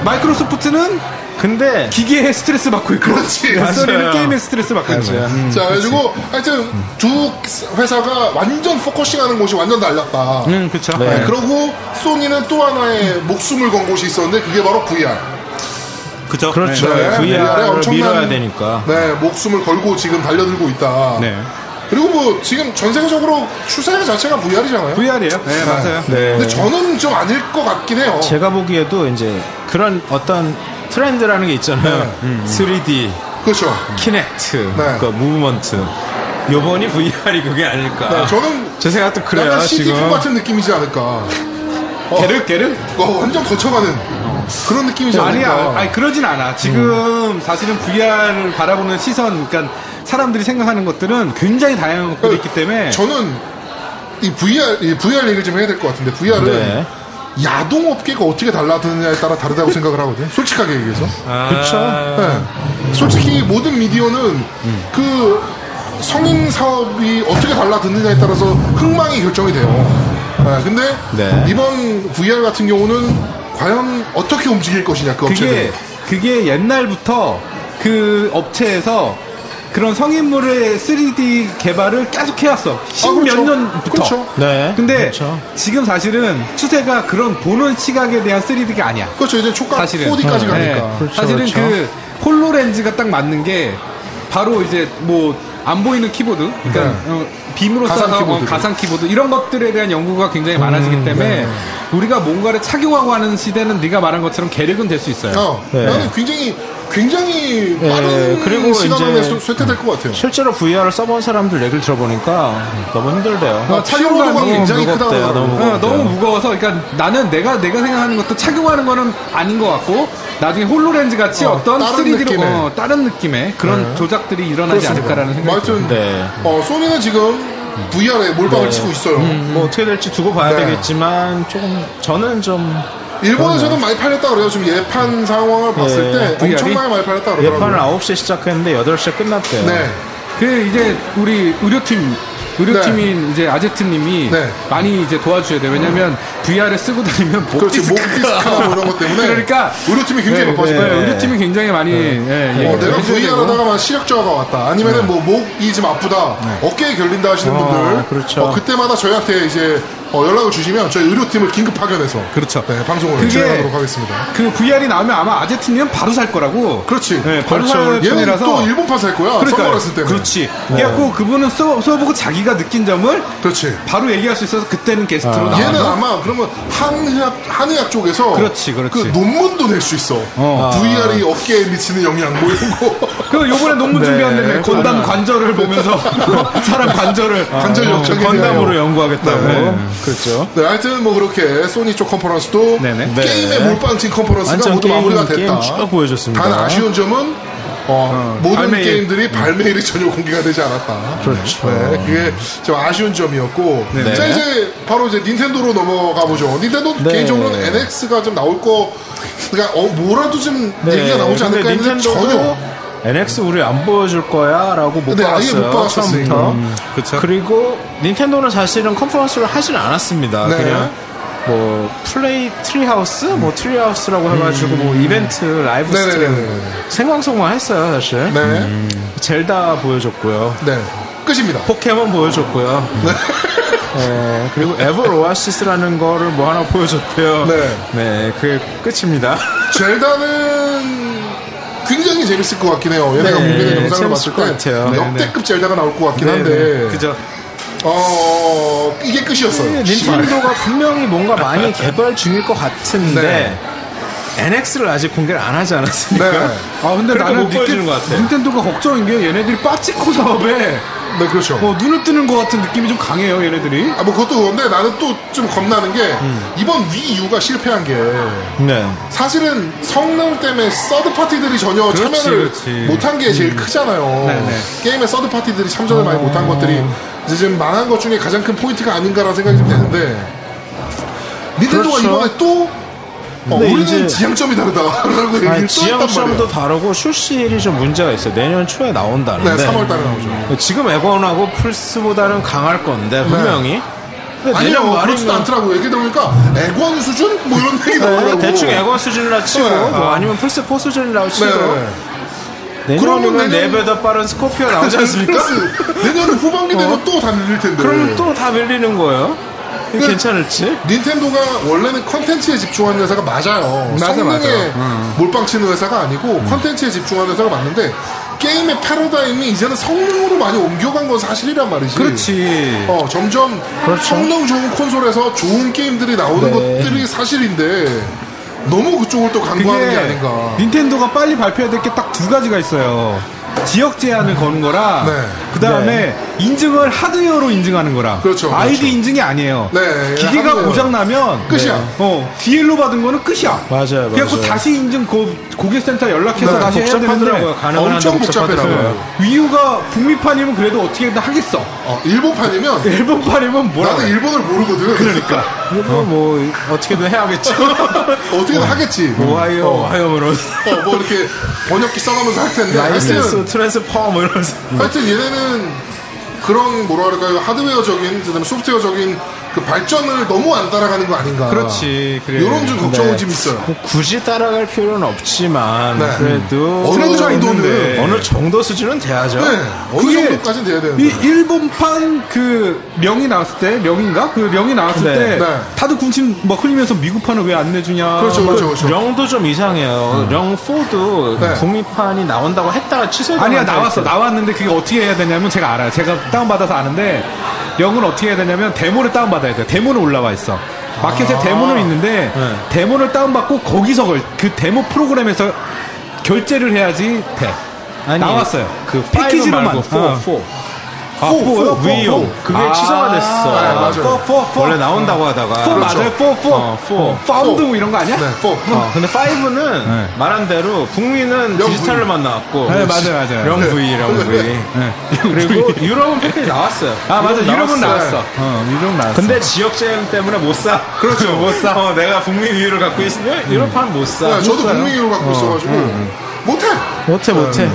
[SPEAKER 3] 마이크로소프트는
[SPEAKER 1] 근데
[SPEAKER 3] 기계에 스트레스 받고 있고
[SPEAKER 2] 그렇지.
[SPEAKER 3] 소니는
[SPEAKER 1] 맞아요.
[SPEAKER 3] 게임에 스트레스 받고 있고.
[SPEAKER 1] 맞아요.
[SPEAKER 3] 음.
[SPEAKER 2] 자, 그래가지고 하여튼 두 회사가 완전 포커싱하는 곳이 완전 달랐다.
[SPEAKER 3] 음, 그쵸.
[SPEAKER 1] 네.
[SPEAKER 2] 네, 그러고 소니는 또 하나의 목숨을 건 곳이 있었는데 그게 바로 VR.
[SPEAKER 3] 그죠.
[SPEAKER 1] 그렇죠.
[SPEAKER 2] 네, VR에
[SPEAKER 1] VR을
[SPEAKER 2] 엄청난-
[SPEAKER 1] 밀어야 되니까.
[SPEAKER 2] 네, 목숨을 걸고 지금 달려들고 있다.
[SPEAKER 1] 네.
[SPEAKER 2] 그리고 뭐 지금 전 세계적으로 추세 자체가 VR이잖아요.
[SPEAKER 3] VR이에요. 네, 맞아요.
[SPEAKER 1] 네.
[SPEAKER 2] 근데 저는 좀 아닐 것 같긴 해요.
[SPEAKER 1] 제가 보기에도 이제 그런 어떤 트렌드라는 게 있잖아요.
[SPEAKER 2] 네. 음,
[SPEAKER 1] 3D,
[SPEAKER 2] 그렇죠.
[SPEAKER 1] 키넥트,
[SPEAKER 2] 네.
[SPEAKER 1] 그러니까 무브먼트. 요번이 (laughs) VR이 그게 아닐까.
[SPEAKER 2] 네, 저는
[SPEAKER 1] 제 생각도 그래요,
[SPEAKER 2] 약간
[SPEAKER 1] 지금.
[SPEAKER 2] 시티폰 같은 느낌이지 않을까. 어,
[SPEAKER 3] 게르 게르.
[SPEAKER 2] 어, 완전 거쳐가는 그런 느낌이지
[SPEAKER 3] 아니야,
[SPEAKER 2] 않을까.
[SPEAKER 3] 아니 그러진 않아. 지금 사실은 VR을 바라보는 시선, 그러니까 사람들이 생각하는 것들은 굉장히 다양한 것들이 있기 때문에
[SPEAKER 2] 저는 이 VR, 이 VR 얘기를 좀 해야 될 것 같은데 VR은
[SPEAKER 1] 네.
[SPEAKER 2] 야동업계가 어떻게 달라드느냐에 따라 다르다고 생각을 하거든. 솔직하게 얘기해서.
[SPEAKER 1] 아. 그쵸.
[SPEAKER 2] 네. 솔직히 모든 미디어는 그 성인 사업이 어떻게 달라드느냐에 따라서 흥망이 결정이 돼요. 네, 근데
[SPEAKER 1] 네.
[SPEAKER 2] 이번 VR 같은 경우는 과연 어떻게 움직일 것이냐 그 업체들.
[SPEAKER 3] 그게 그게 옛날부터 그 업체에서 그런 성인물의 3D 개발을 계속 해왔어. 십몇
[SPEAKER 2] 그렇죠.
[SPEAKER 3] 년부터.
[SPEAKER 2] 그렇죠.
[SPEAKER 1] 네.
[SPEAKER 3] 근데
[SPEAKER 1] 그렇죠.
[SPEAKER 3] 지금 사실은 추세가 그런 보는 시각에 대한 3D가 아니야.
[SPEAKER 2] 그렇죠 이제 촉각
[SPEAKER 3] 사실은
[SPEAKER 2] 4D까지
[SPEAKER 3] 네.
[SPEAKER 2] 가니까.
[SPEAKER 1] 그렇죠,
[SPEAKER 3] 사실은 그
[SPEAKER 1] 그렇죠.
[SPEAKER 3] 홀로렌즈가 딱 맞는 게 바로 이제 뭐 안 보이는 키보드, 그러니까
[SPEAKER 2] 네.
[SPEAKER 3] 어, 빔으로
[SPEAKER 2] 가상
[SPEAKER 3] 써서 어,
[SPEAKER 2] 키보드를. 음, 네.
[SPEAKER 3] 가상 키보드 이런 것들에 대한 연구가 굉장히 많아지기 때문에 우리가 뭔가를 착용하고 하는 시대는 네가 말한 것처럼 계륵은 될 수 있어요.
[SPEAKER 2] 어,
[SPEAKER 1] 네.
[SPEAKER 2] 나는 굉장히 굉장히 빠른
[SPEAKER 1] 그리고
[SPEAKER 2] 시간
[SPEAKER 1] 이제- 음.
[SPEAKER 2] 안에 쇠- 쇠퇴될 것 같아요.
[SPEAKER 1] 실제로 VR을 써본 사람들 얘기를 들어보니까 너무 힘들대요.
[SPEAKER 2] 아, 착용도가
[SPEAKER 3] 너무
[SPEAKER 2] 굉장히 크다고
[SPEAKER 1] 무겁대요,
[SPEAKER 2] 하더라고요.
[SPEAKER 1] 너무.
[SPEAKER 3] 어,
[SPEAKER 1] 무거워요.
[SPEAKER 3] 너무 무거워서 그러니까 나는 내가 내가 생각하는 것도 착용하는 거는 아닌 것 같고 나중에 홀로렌즈 같이
[SPEAKER 2] 어,
[SPEAKER 3] 어, 떤
[SPEAKER 2] 다른
[SPEAKER 3] 3D로
[SPEAKER 2] 느낌의. 네.
[SPEAKER 3] 다른 느낌의 그런 조작들이 일어나지
[SPEAKER 2] 그렇습니다.
[SPEAKER 3] 않을까라는
[SPEAKER 2] 뭐
[SPEAKER 3] 생각이 들어요.
[SPEAKER 2] 하여튼
[SPEAKER 1] 네.
[SPEAKER 2] 어, 소니는 지금 VR에 몰빵을 치고 있어요.
[SPEAKER 1] 뭐 어떻게 될지 두고 봐야
[SPEAKER 2] 네.
[SPEAKER 1] 되겠지만 조금 저는 좀
[SPEAKER 2] 일본에서는 많이 팔렸다 그래요. 지금 예판 상황을 봤을
[SPEAKER 1] 음. 네.
[SPEAKER 2] 때
[SPEAKER 3] VR이?
[SPEAKER 2] 엄청나게 많이 팔렸다 그러더라고요.
[SPEAKER 1] 예판을 9시에 시작했는데 8시에 끝났대요.
[SPEAKER 2] 네.
[SPEAKER 3] 그 이제 우리 의료팀 의료팀인 이제 아제트님이
[SPEAKER 2] 네.
[SPEAKER 3] 많이 이제 도와주셔야 돼. 요 왜냐면 VR을 쓰고 다니면 목
[SPEAKER 2] 그렇지 그렇죠. 목
[SPEAKER 3] 디스크가-
[SPEAKER 2] 디스크나 뭐 이런 것
[SPEAKER 1] (laughs)
[SPEAKER 2] 때문에
[SPEAKER 3] 그러니까
[SPEAKER 2] 의료팀이 굉장히
[SPEAKER 3] 네,
[SPEAKER 2] 바빠질
[SPEAKER 3] 네,
[SPEAKER 2] 거예요.
[SPEAKER 3] 의료팀이 굉장히 많이 예,
[SPEAKER 2] 어,
[SPEAKER 3] 얘기를
[SPEAKER 2] 내가
[SPEAKER 3] 해줘야 되고. 네.
[SPEAKER 2] VR하다가만 시력 저하가 왔다. 아니면은 뭐 목이 좀 아프다. 어깨에 결린다
[SPEAKER 3] 아,
[SPEAKER 2] 하시는 분들.
[SPEAKER 1] 그렇죠.
[SPEAKER 2] 어, 그때마다 저희한테 이제 어, 연락을 주시면 저희 의료팀을 긴급 파견해서
[SPEAKER 3] 그렇죠.
[SPEAKER 2] 네, 방송을
[SPEAKER 3] 그게-
[SPEAKER 2] 진행하도록 하겠습니다.
[SPEAKER 3] 그 VR이 나오면 아마 아제트님은 바로 살 거라고.
[SPEAKER 2] 그렇지.
[SPEAKER 3] 네, 바로
[SPEAKER 1] 그렇죠.
[SPEAKER 3] 살
[SPEAKER 2] 얘는
[SPEAKER 3] 편이라서.
[SPEAKER 2] 또 일본판 살 거야.
[SPEAKER 3] 그러니까
[SPEAKER 2] 선글라스 때문에. 네.
[SPEAKER 3] 그렇지. 그래갖고 그분은 써, 써보고 자기가 느낀 점을
[SPEAKER 2] 그렇지.
[SPEAKER 3] 바로 얘기할 수 있어서 그때는 게스트로 나와서
[SPEAKER 2] 얘는 아마 그러면 한의학 한의학 쪽에서
[SPEAKER 3] 그렇지, 그렇지.
[SPEAKER 2] 그 논문도 낼 수 있어. VR이 어깨에 미치는 영향 뭐 이런 거.
[SPEAKER 3] 그 요번에 논문
[SPEAKER 1] 네.
[SPEAKER 3] 준비하는데 건담
[SPEAKER 1] 맞아요.
[SPEAKER 3] 관절을
[SPEAKER 1] (laughs)
[SPEAKER 3] 보면서 사람 관절을
[SPEAKER 2] 관절 역적이
[SPEAKER 1] 건담으로
[SPEAKER 2] 돼요.
[SPEAKER 1] 연구하겠다고.
[SPEAKER 3] 네.
[SPEAKER 1] 그렇죠.
[SPEAKER 2] 네, 하여튼 뭐 그렇게 소니 쪽 컨퍼런스도
[SPEAKER 3] 네네.
[SPEAKER 1] 네.
[SPEAKER 2] 게임의 몰빵팀 컨퍼런스가
[SPEAKER 1] 완전
[SPEAKER 2] 모두 마무리가
[SPEAKER 1] 게임-
[SPEAKER 2] 됐다.
[SPEAKER 1] 게임 쭉 보여줬습니다. 음.
[SPEAKER 2] 단 아쉬운 점은 어, 모든
[SPEAKER 3] 발매일.
[SPEAKER 2] 게임들이 발매일이 전혀 공개가 되지 않았다.
[SPEAKER 1] 그렇죠.
[SPEAKER 2] 네, 그게 좀 아쉬운 점이었고. 자 이제 바로 이제 닌텐도로 넘어가 보죠. 닌텐도
[SPEAKER 1] 네.
[SPEAKER 2] 개인적으로는 NX가 좀 나올 거, 그러니까 어, 뭐라도 좀 얘기가 나오지 않을까
[SPEAKER 1] 네, 근데
[SPEAKER 2] 했는데
[SPEAKER 1] 닌텐도도
[SPEAKER 2] 전혀.
[SPEAKER 1] NX 우리 안 보여줄 거야라고 못
[SPEAKER 2] 근데 아예
[SPEAKER 1] 봤어요.
[SPEAKER 2] 못 봤었어요.
[SPEAKER 1] 처음부터.
[SPEAKER 2] 음,
[SPEAKER 3] 그쵸.
[SPEAKER 1] 그리고 닌텐도는 사실은 컨퍼런스를 하진 않았습니다.
[SPEAKER 2] 네.
[SPEAKER 1] 그냥 뭐 플레이 트리하우스, 뭐 트리하우스라고 해가지고 뭐 이벤트 라이브
[SPEAKER 2] 음. 네네네네.
[SPEAKER 1] 스트림 생방송만 했어요 사실.
[SPEAKER 2] 네,
[SPEAKER 1] 음. 젤다 보여줬고요.
[SPEAKER 2] 네, 끝입니다.
[SPEAKER 1] 포켓몬 보여줬고요. 네, 그리고 에버 오아시스라는 거를 뭐 하나 보여줬대요.
[SPEAKER 2] 네.
[SPEAKER 1] 네, 그게 끝입니다.
[SPEAKER 2] 젤다는 굉장히 재밌을 것 같긴 해요. 얘네가
[SPEAKER 1] 네,
[SPEAKER 2] 공개된 영상을
[SPEAKER 1] 재밌을
[SPEAKER 2] 봤을
[SPEAKER 1] 것
[SPEAKER 2] 때
[SPEAKER 1] 같아요. 네,
[SPEAKER 2] 역대급 젤다가 나올 것 같긴 한데
[SPEAKER 3] 그죠.
[SPEAKER 2] 어 이게
[SPEAKER 1] 네,
[SPEAKER 2] 끝이었어요. 씨발.
[SPEAKER 1] 닌텐도가 분명히 뭔가 많이 개발 중일 것 같은데 NX를 아직 공개를 안 하지 않았으니까
[SPEAKER 2] 네.
[SPEAKER 3] 아 근데
[SPEAKER 1] 그러니까
[SPEAKER 3] 나는
[SPEAKER 1] 못 보여주는 것 같아.
[SPEAKER 3] 닌텐도가 걱정인 게 얘네들이 빠치코 사업에
[SPEAKER 2] 네 그렇죠.
[SPEAKER 3] 뭐 눈을 뜨는 것 같은 느낌이 좀 강해요 얘네들이.
[SPEAKER 2] 아, 뭐 그것도 그런데 나는 또 좀 겁나는 게
[SPEAKER 1] 음.
[SPEAKER 2] 이번 위 u 가 실패한 게
[SPEAKER 1] 네.
[SPEAKER 2] 사실은 성능 때문에 서드 파티들이 전혀 참여를
[SPEAKER 3] 그렇지.
[SPEAKER 1] 음.
[SPEAKER 2] 못한 게 제일 크잖아요.
[SPEAKER 3] 네네.
[SPEAKER 1] 어.
[SPEAKER 2] 게임에 서드 파티들이 참전을 많이 못한 것들이 이제 이제 지금 망한 것 중에 가장 큰 포인트가 아닌가라는 생각이 좀 드는데 닌텐도가
[SPEAKER 1] 그렇죠.
[SPEAKER 2] 이번에 또 어,
[SPEAKER 1] 근데
[SPEAKER 2] 우리는
[SPEAKER 1] 이제-
[SPEAKER 2] 지향점이 다르다라고 얘기를
[SPEAKER 1] 아니,
[SPEAKER 2] 또 했단 말이에요.
[SPEAKER 1] 지형점도 다르고 출시일이 좀 문제가 있어요. 내년 초에
[SPEAKER 2] 네,
[SPEAKER 1] 나온다는데.
[SPEAKER 2] 3월 달에 나오죠.
[SPEAKER 1] 지금 에건하고 플스보다는 강할 건데 분명히. 근데
[SPEAKER 2] 아니요,
[SPEAKER 1] 내년 뭐 말이면
[SPEAKER 2] 그렇지도
[SPEAKER 1] 네,
[SPEAKER 2] 않더라고. 얘기 들어보니까 애권 수준? 뭐 이런 얘기 나오더라고.
[SPEAKER 1] 대충 에건 수준이라 치고
[SPEAKER 2] 네.
[SPEAKER 1] 뭐 아니면 플스 4 수준이라 치고
[SPEAKER 2] 네, 네.
[SPEAKER 1] 내년이면
[SPEAKER 2] 그러면
[SPEAKER 1] 네
[SPEAKER 2] 내년-
[SPEAKER 1] 배더 빠른 스코피오 나오지
[SPEAKER 2] (laughs)
[SPEAKER 1] 않습니까?
[SPEAKER 2] 플러스 내년 후반기 되면 또 다 밀릴 텐데.
[SPEAKER 1] 그러면 또 다 밀리는 거예요. 이거
[SPEAKER 2] 네.
[SPEAKER 1] 괜찮을지?
[SPEAKER 2] 닌텐도가 원래는 컨텐츠에 집중하는 회사가 맞아요.
[SPEAKER 1] 맞아,
[SPEAKER 2] 성능에
[SPEAKER 1] 맞아.
[SPEAKER 2] 몰빵치는 회사가 아니고 컨텐츠에 집중하는 회사가 맞는데 게임의 패러다임이 이제는 성능으로 많이 옮겨간 건 사실이란 말이지.
[SPEAKER 1] 그렇지.
[SPEAKER 2] 어, 점점
[SPEAKER 1] 그렇죠.
[SPEAKER 2] 성능 좋은 콘솔에서 좋은 게임들이 나오는
[SPEAKER 1] 네.
[SPEAKER 2] 것들이 사실인데 너무 그쪽을 또 강구하는 게 아닌가.
[SPEAKER 3] 닌텐도가 빨리 발표해야 될 게 딱 두 가지가 있어요. 지역 제한을 거는 거랑
[SPEAKER 2] 네.
[SPEAKER 3] 그 다음에 인증을 하드웨어로 인증하는 거랑
[SPEAKER 2] 그렇죠,
[SPEAKER 3] 아이디
[SPEAKER 2] 그렇죠.
[SPEAKER 3] 인증이 아니에요.
[SPEAKER 1] 예,
[SPEAKER 2] 네,
[SPEAKER 3] 기계가
[SPEAKER 2] 하드웨어.
[SPEAKER 3] 고장나면
[SPEAKER 2] 끝이야.
[SPEAKER 3] 어, DL로 받은 거는 끝이야.
[SPEAKER 1] 맞아요,
[SPEAKER 3] 그래갖고
[SPEAKER 1] 맞아요.
[SPEAKER 3] 다시 인증 고, 고객센터 연락해서
[SPEAKER 2] 네,
[SPEAKER 3] 다시 해야 되는데
[SPEAKER 1] 복잡하더라고요. 가능한 한데
[SPEAKER 2] 엄청
[SPEAKER 1] 복잡하더라고요.
[SPEAKER 2] 복잡해요.
[SPEAKER 3] 위유가 북미판이면 그래도 어떻게든 하겠어.
[SPEAKER 2] 어,
[SPEAKER 1] 네.
[SPEAKER 2] 일본판이면
[SPEAKER 3] 일본판이면 뭐라
[SPEAKER 2] 나는
[SPEAKER 3] 네. 그래.
[SPEAKER 2] 일본을 모르거든. 그러니까
[SPEAKER 1] 이거 뭐 어떻게든
[SPEAKER 3] (laughs)
[SPEAKER 1] 해야겠죠.
[SPEAKER 2] 어떻게든 하겠지. 뭐.
[SPEAKER 1] 오하이오, 오하이오로
[SPEAKER 2] 어, 뭐 이렇게 번역기 써가면서 할 텐데.
[SPEAKER 1] 라이센스
[SPEAKER 2] 하여튼,
[SPEAKER 1] 트랜스퍼 뭐 이러면서.
[SPEAKER 2] 하여튼 얘네는 그런 뭐라 그럴까요? 하드웨어적인, 그다음에 소프트웨어적인 그 발전을 너무 안 따라가는 거 아닌가.
[SPEAKER 3] 그렇지, 그래.
[SPEAKER 2] 이런 좀 걱정은
[SPEAKER 1] 네.
[SPEAKER 2] 좀 있어요.
[SPEAKER 1] 뭐 굳이 따라갈 필요는 없지만
[SPEAKER 2] 네.
[SPEAKER 1] 그래도
[SPEAKER 2] 어느
[SPEAKER 1] 트렌드가
[SPEAKER 2] 정도는-
[SPEAKER 1] 있는데 어느 정도 수준은 돼야죠.
[SPEAKER 2] 네. 어느
[SPEAKER 3] 그게
[SPEAKER 2] 정도까지는 돼야 되는데.
[SPEAKER 3] 이 일본판 그 명이 나왔을 때 명인가 그 명이 나왔을
[SPEAKER 1] 네.
[SPEAKER 3] 때
[SPEAKER 2] 네.
[SPEAKER 3] 다들 군침 막 흘리면서 미국판을 왜 안 내주냐
[SPEAKER 2] 그렇죠,
[SPEAKER 3] 막
[SPEAKER 2] 그렇죠, 그렇죠. 음.
[SPEAKER 1] 령도 좀 이상해요. 령 4도
[SPEAKER 2] 네.
[SPEAKER 1] 북미판이 나온다고 했다가 취소했다.
[SPEAKER 3] 아니야 나왔어 나왔는데 그게 어떻게 해야 되냐면 제가 알아요 제가 다운받아서 아는데 영은 어떻게 해야 되냐면 데모를 다운받아야 돼요 데모는 올라와 있어 마켓에 데모는 있는데
[SPEAKER 1] 네.
[SPEAKER 3] 데모를 다운받고 거기서 걸, 그 데모 프로그램에서 결제를 해야지 돼
[SPEAKER 1] 아니,
[SPEAKER 3] 나왔어요
[SPEAKER 1] 그
[SPEAKER 3] 패키지로만.
[SPEAKER 1] 말고 4,
[SPEAKER 3] 어.
[SPEAKER 1] 4.
[SPEAKER 3] 아,
[SPEAKER 2] 포, 포, 포,
[SPEAKER 1] 위용
[SPEAKER 2] 포.
[SPEAKER 1] 그게
[SPEAKER 3] 아,
[SPEAKER 1] 취소가
[SPEAKER 2] 네,
[SPEAKER 1] 됐어.
[SPEAKER 2] 맞아요.
[SPEAKER 3] 포, 포, 포.
[SPEAKER 1] 원래
[SPEAKER 3] 어.
[SPEAKER 1] 나온다고 하다가.
[SPEAKER 3] 4
[SPEAKER 2] 그렇죠.
[SPEAKER 3] 맞아요 4 4
[SPEAKER 1] 어, 포.
[SPEAKER 3] 파운드
[SPEAKER 2] 포.
[SPEAKER 3] 뭐 이런 거 아니야?
[SPEAKER 2] 네, 포.
[SPEAKER 1] 어, 근데 5는
[SPEAKER 3] 네.
[SPEAKER 1] 말한 대로 북미는
[SPEAKER 2] 령
[SPEAKER 1] 디지털로만 나왔고
[SPEAKER 3] 네, 맞아요, 맞아요.
[SPEAKER 1] 령 V, 령 V. 그리고 유럽은 패키지 나왔어요.
[SPEAKER 3] 아 맞아 유럽은 나왔어.
[SPEAKER 1] 나왔어요.
[SPEAKER 3] 어 유럽 나왔어.
[SPEAKER 1] 근데 지역 제한 때문에 못 사. 그렇죠. (laughs) 못 사. 어, 내가 북미 위유를 갖고 있으면
[SPEAKER 3] 음.
[SPEAKER 1] 유럽판 못 사.
[SPEAKER 2] 네, 저도
[SPEAKER 1] 못 사요.
[SPEAKER 2] 분명히 이걸 갖고 있어가지고. 못해!
[SPEAKER 1] 못해 못해.
[SPEAKER 3] 네.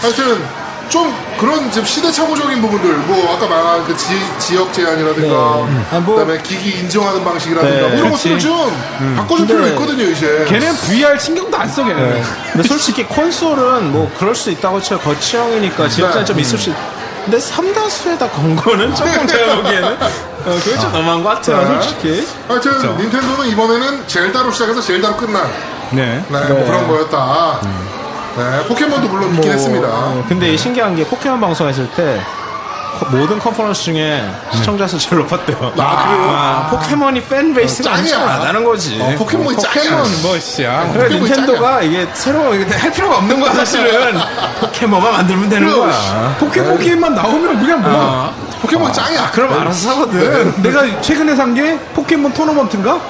[SPEAKER 2] 하여튼, 좀 그런 지금 시대착오적인 부분들, 뭐 아까 말한 그 지, 지역 제한이라든가,
[SPEAKER 1] 아, 뭐-
[SPEAKER 2] 그다음에 기기 인정하는 방식이라든가, 뭐 이런
[SPEAKER 1] 그치.
[SPEAKER 2] 것들을 좀 바꿔줄
[SPEAKER 1] 근데
[SPEAKER 2] 필요가 있거든요, 이제.
[SPEAKER 3] 걔는 VR 신경도 안 써, 걔는.
[SPEAKER 1] 근데 솔직히 콘솔은 뭐 그럴 수 있다고 치고
[SPEAKER 3] 네.
[SPEAKER 1] 거치형이니까 지역 제한
[SPEAKER 3] 음.
[SPEAKER 1] 좀 있을 수. 있... 근데 3다수에다 건 거는 조금
[SPEAKER 3] (laughs)
[SPEAKER 1] 제가 보기에는 어, 그게 좀 너무한 것 같아요,
[SPEAKER 2] 네.
[SPEAKER 1] 솔직히.
[SPEAKER 2] 하여튼 닌텐도는 이번에는 젤다로 시작해서 젤다로 끝난
[SPEAKER 3] 네.
[SPEAKER 2] 네, 뭐 그런 거였다. 네, 포켓몬도 물론 있긴 했습니다.
[SPEAKER 1] 어, 근데 이 신기한 게 포켓몬 방송했을 때 코- 모든 컨퍼런스 중에 시청자 수 제일 높았대요.
[SPEAKER 2] 아, 그래요?
[SPEAKER 1] 아, 포켓몬이 팬 베이스가
[SPEAKER 2] 어, 짱이야.
[SPEAKER 1] 엄청 많다는 거지.
[SPEAKER 2] 어, 포켓몬이 짱이야. 아.
[SPEAKER 3] 뭐, 씨야.
[SPEAKER 1] 그래
[SPEAKER 2] 포켓몬이
[SPEAKER 1] 그러니까 닌텐도가 이게 새로 이게 할 필요가 없는 거야 사실은. 포켓몬만 만들면 되는
[SPEAKER 2] 그럼,
[SPEAKER 1] 거야.
[SPEAKER 3] 포켓몬 게임만 나오면 그냥 뭐. 네.
[SPEAKER 2] 포켓몬이 짱이야.
[SPEAKER 1] 그럼 알아서 사거든.
[SPEAKER 3] 내가 최근에 산 게 포켓몬 토너먼트인가?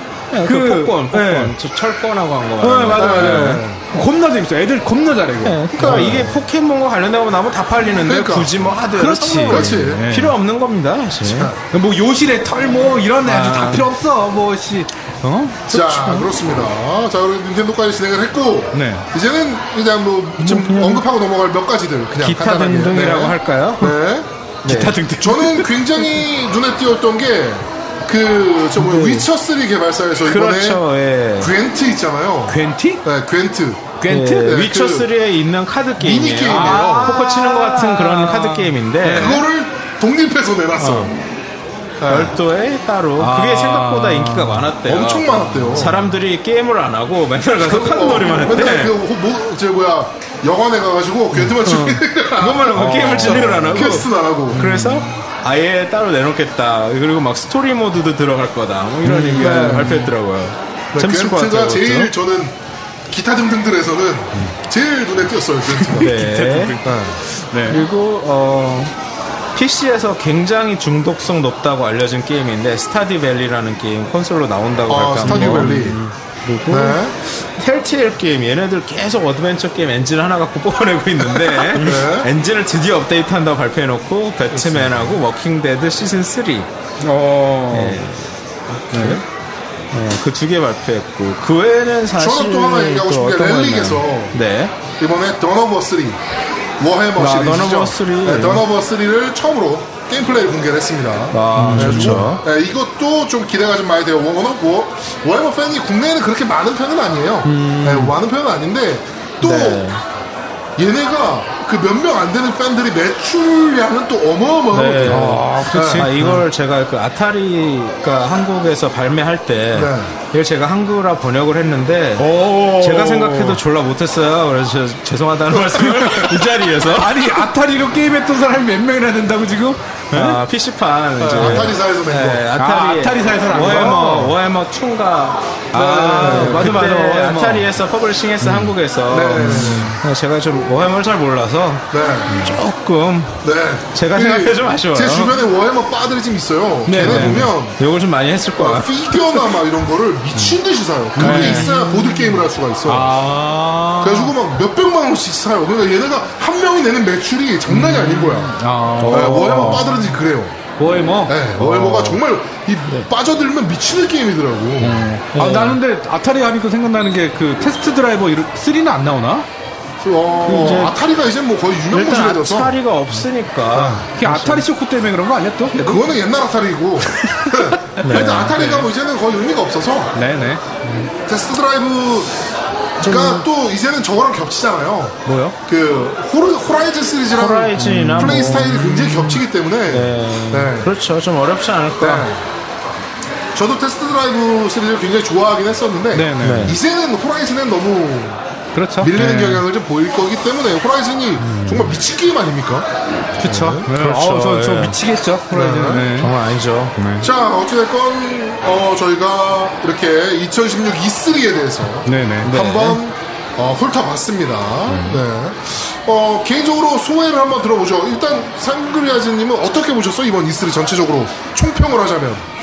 [SPEAKER 1] 그, 폭권, 폭권, 저 철권하고 한 거.
[SPEAKER 3] 네,
[SPEAKER 1] 말이야.
[SPEAKER 3] 맞아, 맞아. 겁나 재밌어. 애들 겁나 잘해, 이거.
[SPEAKER 1] 네, 그러니까 이게 포켓몬과 관련된 거 나면 다 팔리는데
[SPEAKER 2] 그러니까.
[SPEAKER 1] 굳이 뭐 하드
[SPEAKER 3] 그렇지.
[SPEAKER 2] 그렇지.
[SPEAKER 3] 네.
[SPEAKER 1] 필요 없는 겁니다 사실.
[SPEAKER 3] 뭐, 요실의 털, 뭐, 이런 애들 다 필요 없어, 뭐, 씨. 어?
[SPEAKER 2] 자, 그렇습니다. 자, 우리 닌텐도까지 진행을 했고,
[SPEAKER 3] 네.
[SPEAKER 2] 이제는 그냥 뭐, 좀 언급하고 넘어갈 몇 가지들. 그냥
[SPEAKER 1] 기타
[SPEAKER 2] 간단하게.
[SPEAKER 1] 등등이라고
[SPEAKER 2] 네.
[SPEAKER 1] 할까요?
[SPEAKER 2] 네.
[SPEAKER 3] 기타 등등.
[SPEAKER 2] 저는 굉장히 눈에 띄었던 게, 그, 저 뭐야, 위쳐3 개발사에서 이번에
[SPEAKER 1] 그렇죠. 예.
[SPEAKER 2] 괜트 있잖아요.
[SPEAKER 3] 괜티?
[SPEAKER 2] 네, 괜트.
[SPEAKER 3] 괜트?
[SPEAKER 1] 예,
[SPEAKER 2] 네,
[SPEAKER 1] 위쳐
[SPEAKER 2] 그
[SPEAKER 1] 3에 있는 카드 게임이에요.
[SPEAKER 2] 게임이에요. 아. 네,
[SPEAKER 1] 아, 포커 치는 것 같은 그런 카드 게임인데
[SPEAKER 2] 그거를 독립해서 내놨어.
[SPEAKER 1] 별도에 따로 그게 생각보다 인기가 많았대요.
[SPEAKER 2] 아. 엄청 많았대요.
[SPEAKER 1] 사람들이 게임을 안 하고 맨날 가서 카드 놀이만 했대.
[SPEAKER 2] 어,
[SPEAKER 1] 음,
[SPEAKER 2] 맨날 그, 호- 뭐, 저 뭐야, 여관에 가가지고 괜트만 즐기는
[SPEAKER 1] 그것만 하고 게임을 진행을 안 하고.
[SPEAKER 2] (laughs) 어. 퀘스트 안 하고.
[SPEAKER 1] 어. 그래서 아예 따로 내놓겠다. 그리고 막 스토리 모드도 들어갈 거다. 뭐 이런
[SPEAKER 2] 음,
[SPEAKER 1] 얘기를 발표했더라고요. 재밌을 것 같아요.
[SPEAKER 2] 겐트가 네. 그러니까 제일
[SPEAKER 1] 그렇죠?
[SPEAKER 2] 저는 기타 등등들에서는 제일 눈에 띄었어요. 겐트가.
[SPEAKER 1] 네.
[SPEAKER 3] 네.
[SPEAKER 1] 그리고 어 PC에서 굉장히 중독성 높다고 알려진 게임인데 스타디 밸리라는 게임 콘솔로 나온다고
[SPEAKER 2] 아,
[SPEAKER 1] 할까
[SPEAKER 2] 스타듀
[SPEAKER 1] 한번.
[SPEAKER 2] 밸리.
[SPEAKER 1] 그리고
[SPEAKER 2] 네.
[SPEAKER 1] 텔테일 게임 얘네들 계속 어드벤처 게임 엔진 하나 갖고 (laughs) 뽑아내고
[SPEAKER 2] (laughs)
[SPEAKER 1] 있는데
[SPEAKER 2] 네.
[SPEAKER 1] 엔진을 드디어 업데이트한다고 발표해놓고 배트맨하고 워킹데드 시즌 3
[SPEAKER 3] 어.
[SPEAKER 1] 그 두 개 발표했고 그 외에는 사실
[SPEAKER 2] 저는 또 하나 얘기하고 싶은 게
[SPEAKER 1] 어떤 거였나요?
[SPEAKER 2] 렐릭에서
[SPEAKER 1] 네
[SPEAKER 2] 이번에 던어버 3 워해머
[SPEAKER 1] 아,
[SPEAKER 2] 시리즈죠.
[SPEAKER 1] 던어버 3.
[SPEAKER 2] 네, 던어버 3를 처음으로 게임 플레이를 공개를 했습니다.
[SPEAKER 1] 아, 좋죠.
[SPEAKER 2] 네, 이것도 좀 기대가 좀 많이 돼요. 워낙 워, 워해머 팬이 국내에는 그렇게 많은 편은 아니에요. 네, 많은 편은 아닌데 또
[SPEAKER 1] 음. 네.
[SPEAKER 2] 얘네가 그 몇 명 안 되는 팬들이 매출량은 또 어마어마하거든요.
[SPEAKER 1] 아,
[SPEAKER 2] 그치.
[SPEAKER 1] 이걸 제가 그 아타리가 한국에서 발매할 때
[SPEAKER 2] 네.
[SPEAKER 1] 이걸 제가 한글화 번역을 했는데
[SPEAKER 3] 오.
[SPEAKER 1] 제가 생각해도 졸라 못했어요. 그래서 저- 죄송하다는 말씀을 이 자리에서
[SPEAKER 3] 아니 아타리로 게임했던 사람이 몇 명이나 된다고 지금?
[SPEAKER 1] 아, PC판 이제
[SPEAKER 2] 아타리사에서 낸 거.
[SPEAKER 1] 네,
[SPEAKER 3] 아, 아타리사에서 난 거?
[SPEAKER 1] 워해머 워해머 2가 아,
[SPEAKER 3] 네, 맞아,
[SPEAKER 1] 그때
[SPEAKER 3] 맞아, 워해머.
[SPEAKER 1] 아타리에서 퍼블리싱했어 한국에서
[SPEAKER 2] 네, 네,
[SPEAKER 1] 네, 제가 좀 워해머를 잘 몰라서
[SPEAKER 2] 네.
[SPEAKER 1] 조금
[SPEAKER 2] 네.
[SPEAKER 1] 제가
[SPEAKER 2] 그
[SPEAKER 1] 생각해 좀 아쉬워요.
[SPEAKER 2] 제 주변에 워해머 빠들이 좀 있어요.
[SPEAKER 1] 네,
[SPEAKER 2] 걔네
[SPEAKER 1] 네.
[SPEAKER 2] 보면
[SPEAKER 1] 욕을 좀 많이 했을 거야.
[SPEAKER 2] 막 피규어나 막 이런 거를 미친 듯이 사요. 그게
[SPEAKER 1] 네.
[SPEAKER 2] 있어야 보드 게임을 할 수가 있어.
[SPEAKER 3] 아.
[SPEAKER 2] 그래가지고 막 몇백만 원씩 사요. 그러니까 얘네가 한 명이 내는 매출이 장난이 아닌
[SPEAKER 1] 음.
[SPEAKER 2] 거야.
[SPEAKER 3] 아. 뭐.
[SPEAKER 2] 네,
[SPEAKER 1] 어.
[SPEAKER 2] 워해머 빠들은지 그래요.
[SPEAKER 3] 워해머.
[SPEAKER 2] 네, 워해머가 정말 이 빠져들면 미치는 게임이더라고.
[SPEAKER 1] 음.
[SPEAKER 3] 아, 나는 근데 아타리 하니까 생각나는 게 그 테스트 드라이버 이런 3는 안 나오나?
[SPEAKER 2] 어,
[SPEAKER 1] 그 이제-
[SPEAKER 2] 아타리가 이제 뭐 거의
[SPEAKER 1] 일단
[SPEAKER 2] 유명무실해져서
[SPEAKER 1] 아타리가 없으니까
[SPEAKER 3] 그게 아타리 쇼크 때문에 그런 거 아니야 또?
[SPEAKER 2] 그거는 옛날
[SPEAKER 1] (laughs)
[SPEAKER 2] 아타리고 일단 아타리가 뭐 이제는 거의 의미가 없어서
[SPEAKER 3] 네네.
[SPEAKER 2] 테스트 드라이브가 또 이제는 저거랑 겹치잖아요.
[SPEAKER 3] 뭐요?
[SPEAKER 2] 그 호르, 호라이즌 시리즈랑
[SPEAKER 1] 호라이즌이나
[SPEAKER 2] 플레이
[SPEAKER 1] 뭐.
[SPEAKER 2] 스타일이 굉장히 겹치기 때문에 네.
[SPEAKER 1] 그렇죠. 좀 어렵지 않을까.
[SPEAKER 2] 네. 저도 테스트 드라이브 시리즈를 굉장히 좋아하긴 했었는데
[SPEAKER 3] 네, 네.
[SPEAKER 2] 이제는 호라이즌은 너무
[SPEAKER 3] 그렇죠.
[SPEAKER 2] 밀리는
[SPEAKER 3] 네. 음.
[SPEAKER 2] 경향을 좀 보일 거기 때문에 호라이즌이 정말 미친 게임 아닙니까?
[SPEAKER 3] 그렇죠. 네.
[SPEAKER 1] 그렇죠.
[SPEAKER 3] 아우, 저, 저
[SPEAKER 1] 예.
[SPEAKER 3] 미치겠죠. 호라이즌. 네.
[SPEAKER 1] 정말 아니죠.
[SPEAKER 2] 자 어찌됐건 어, 저희가 이렇게 2016 E3에 대해서
[SPEAKER 3] 네네. 음.
[SPEAKER 2] 한번 어, 훑어봤습니다. 네. 어, 개인적으로 소회를 한번 들어보죠. 일단 상그리아즈님은 어떻게 보셨어? 이번 E3 전체적으로 총평을 하자면.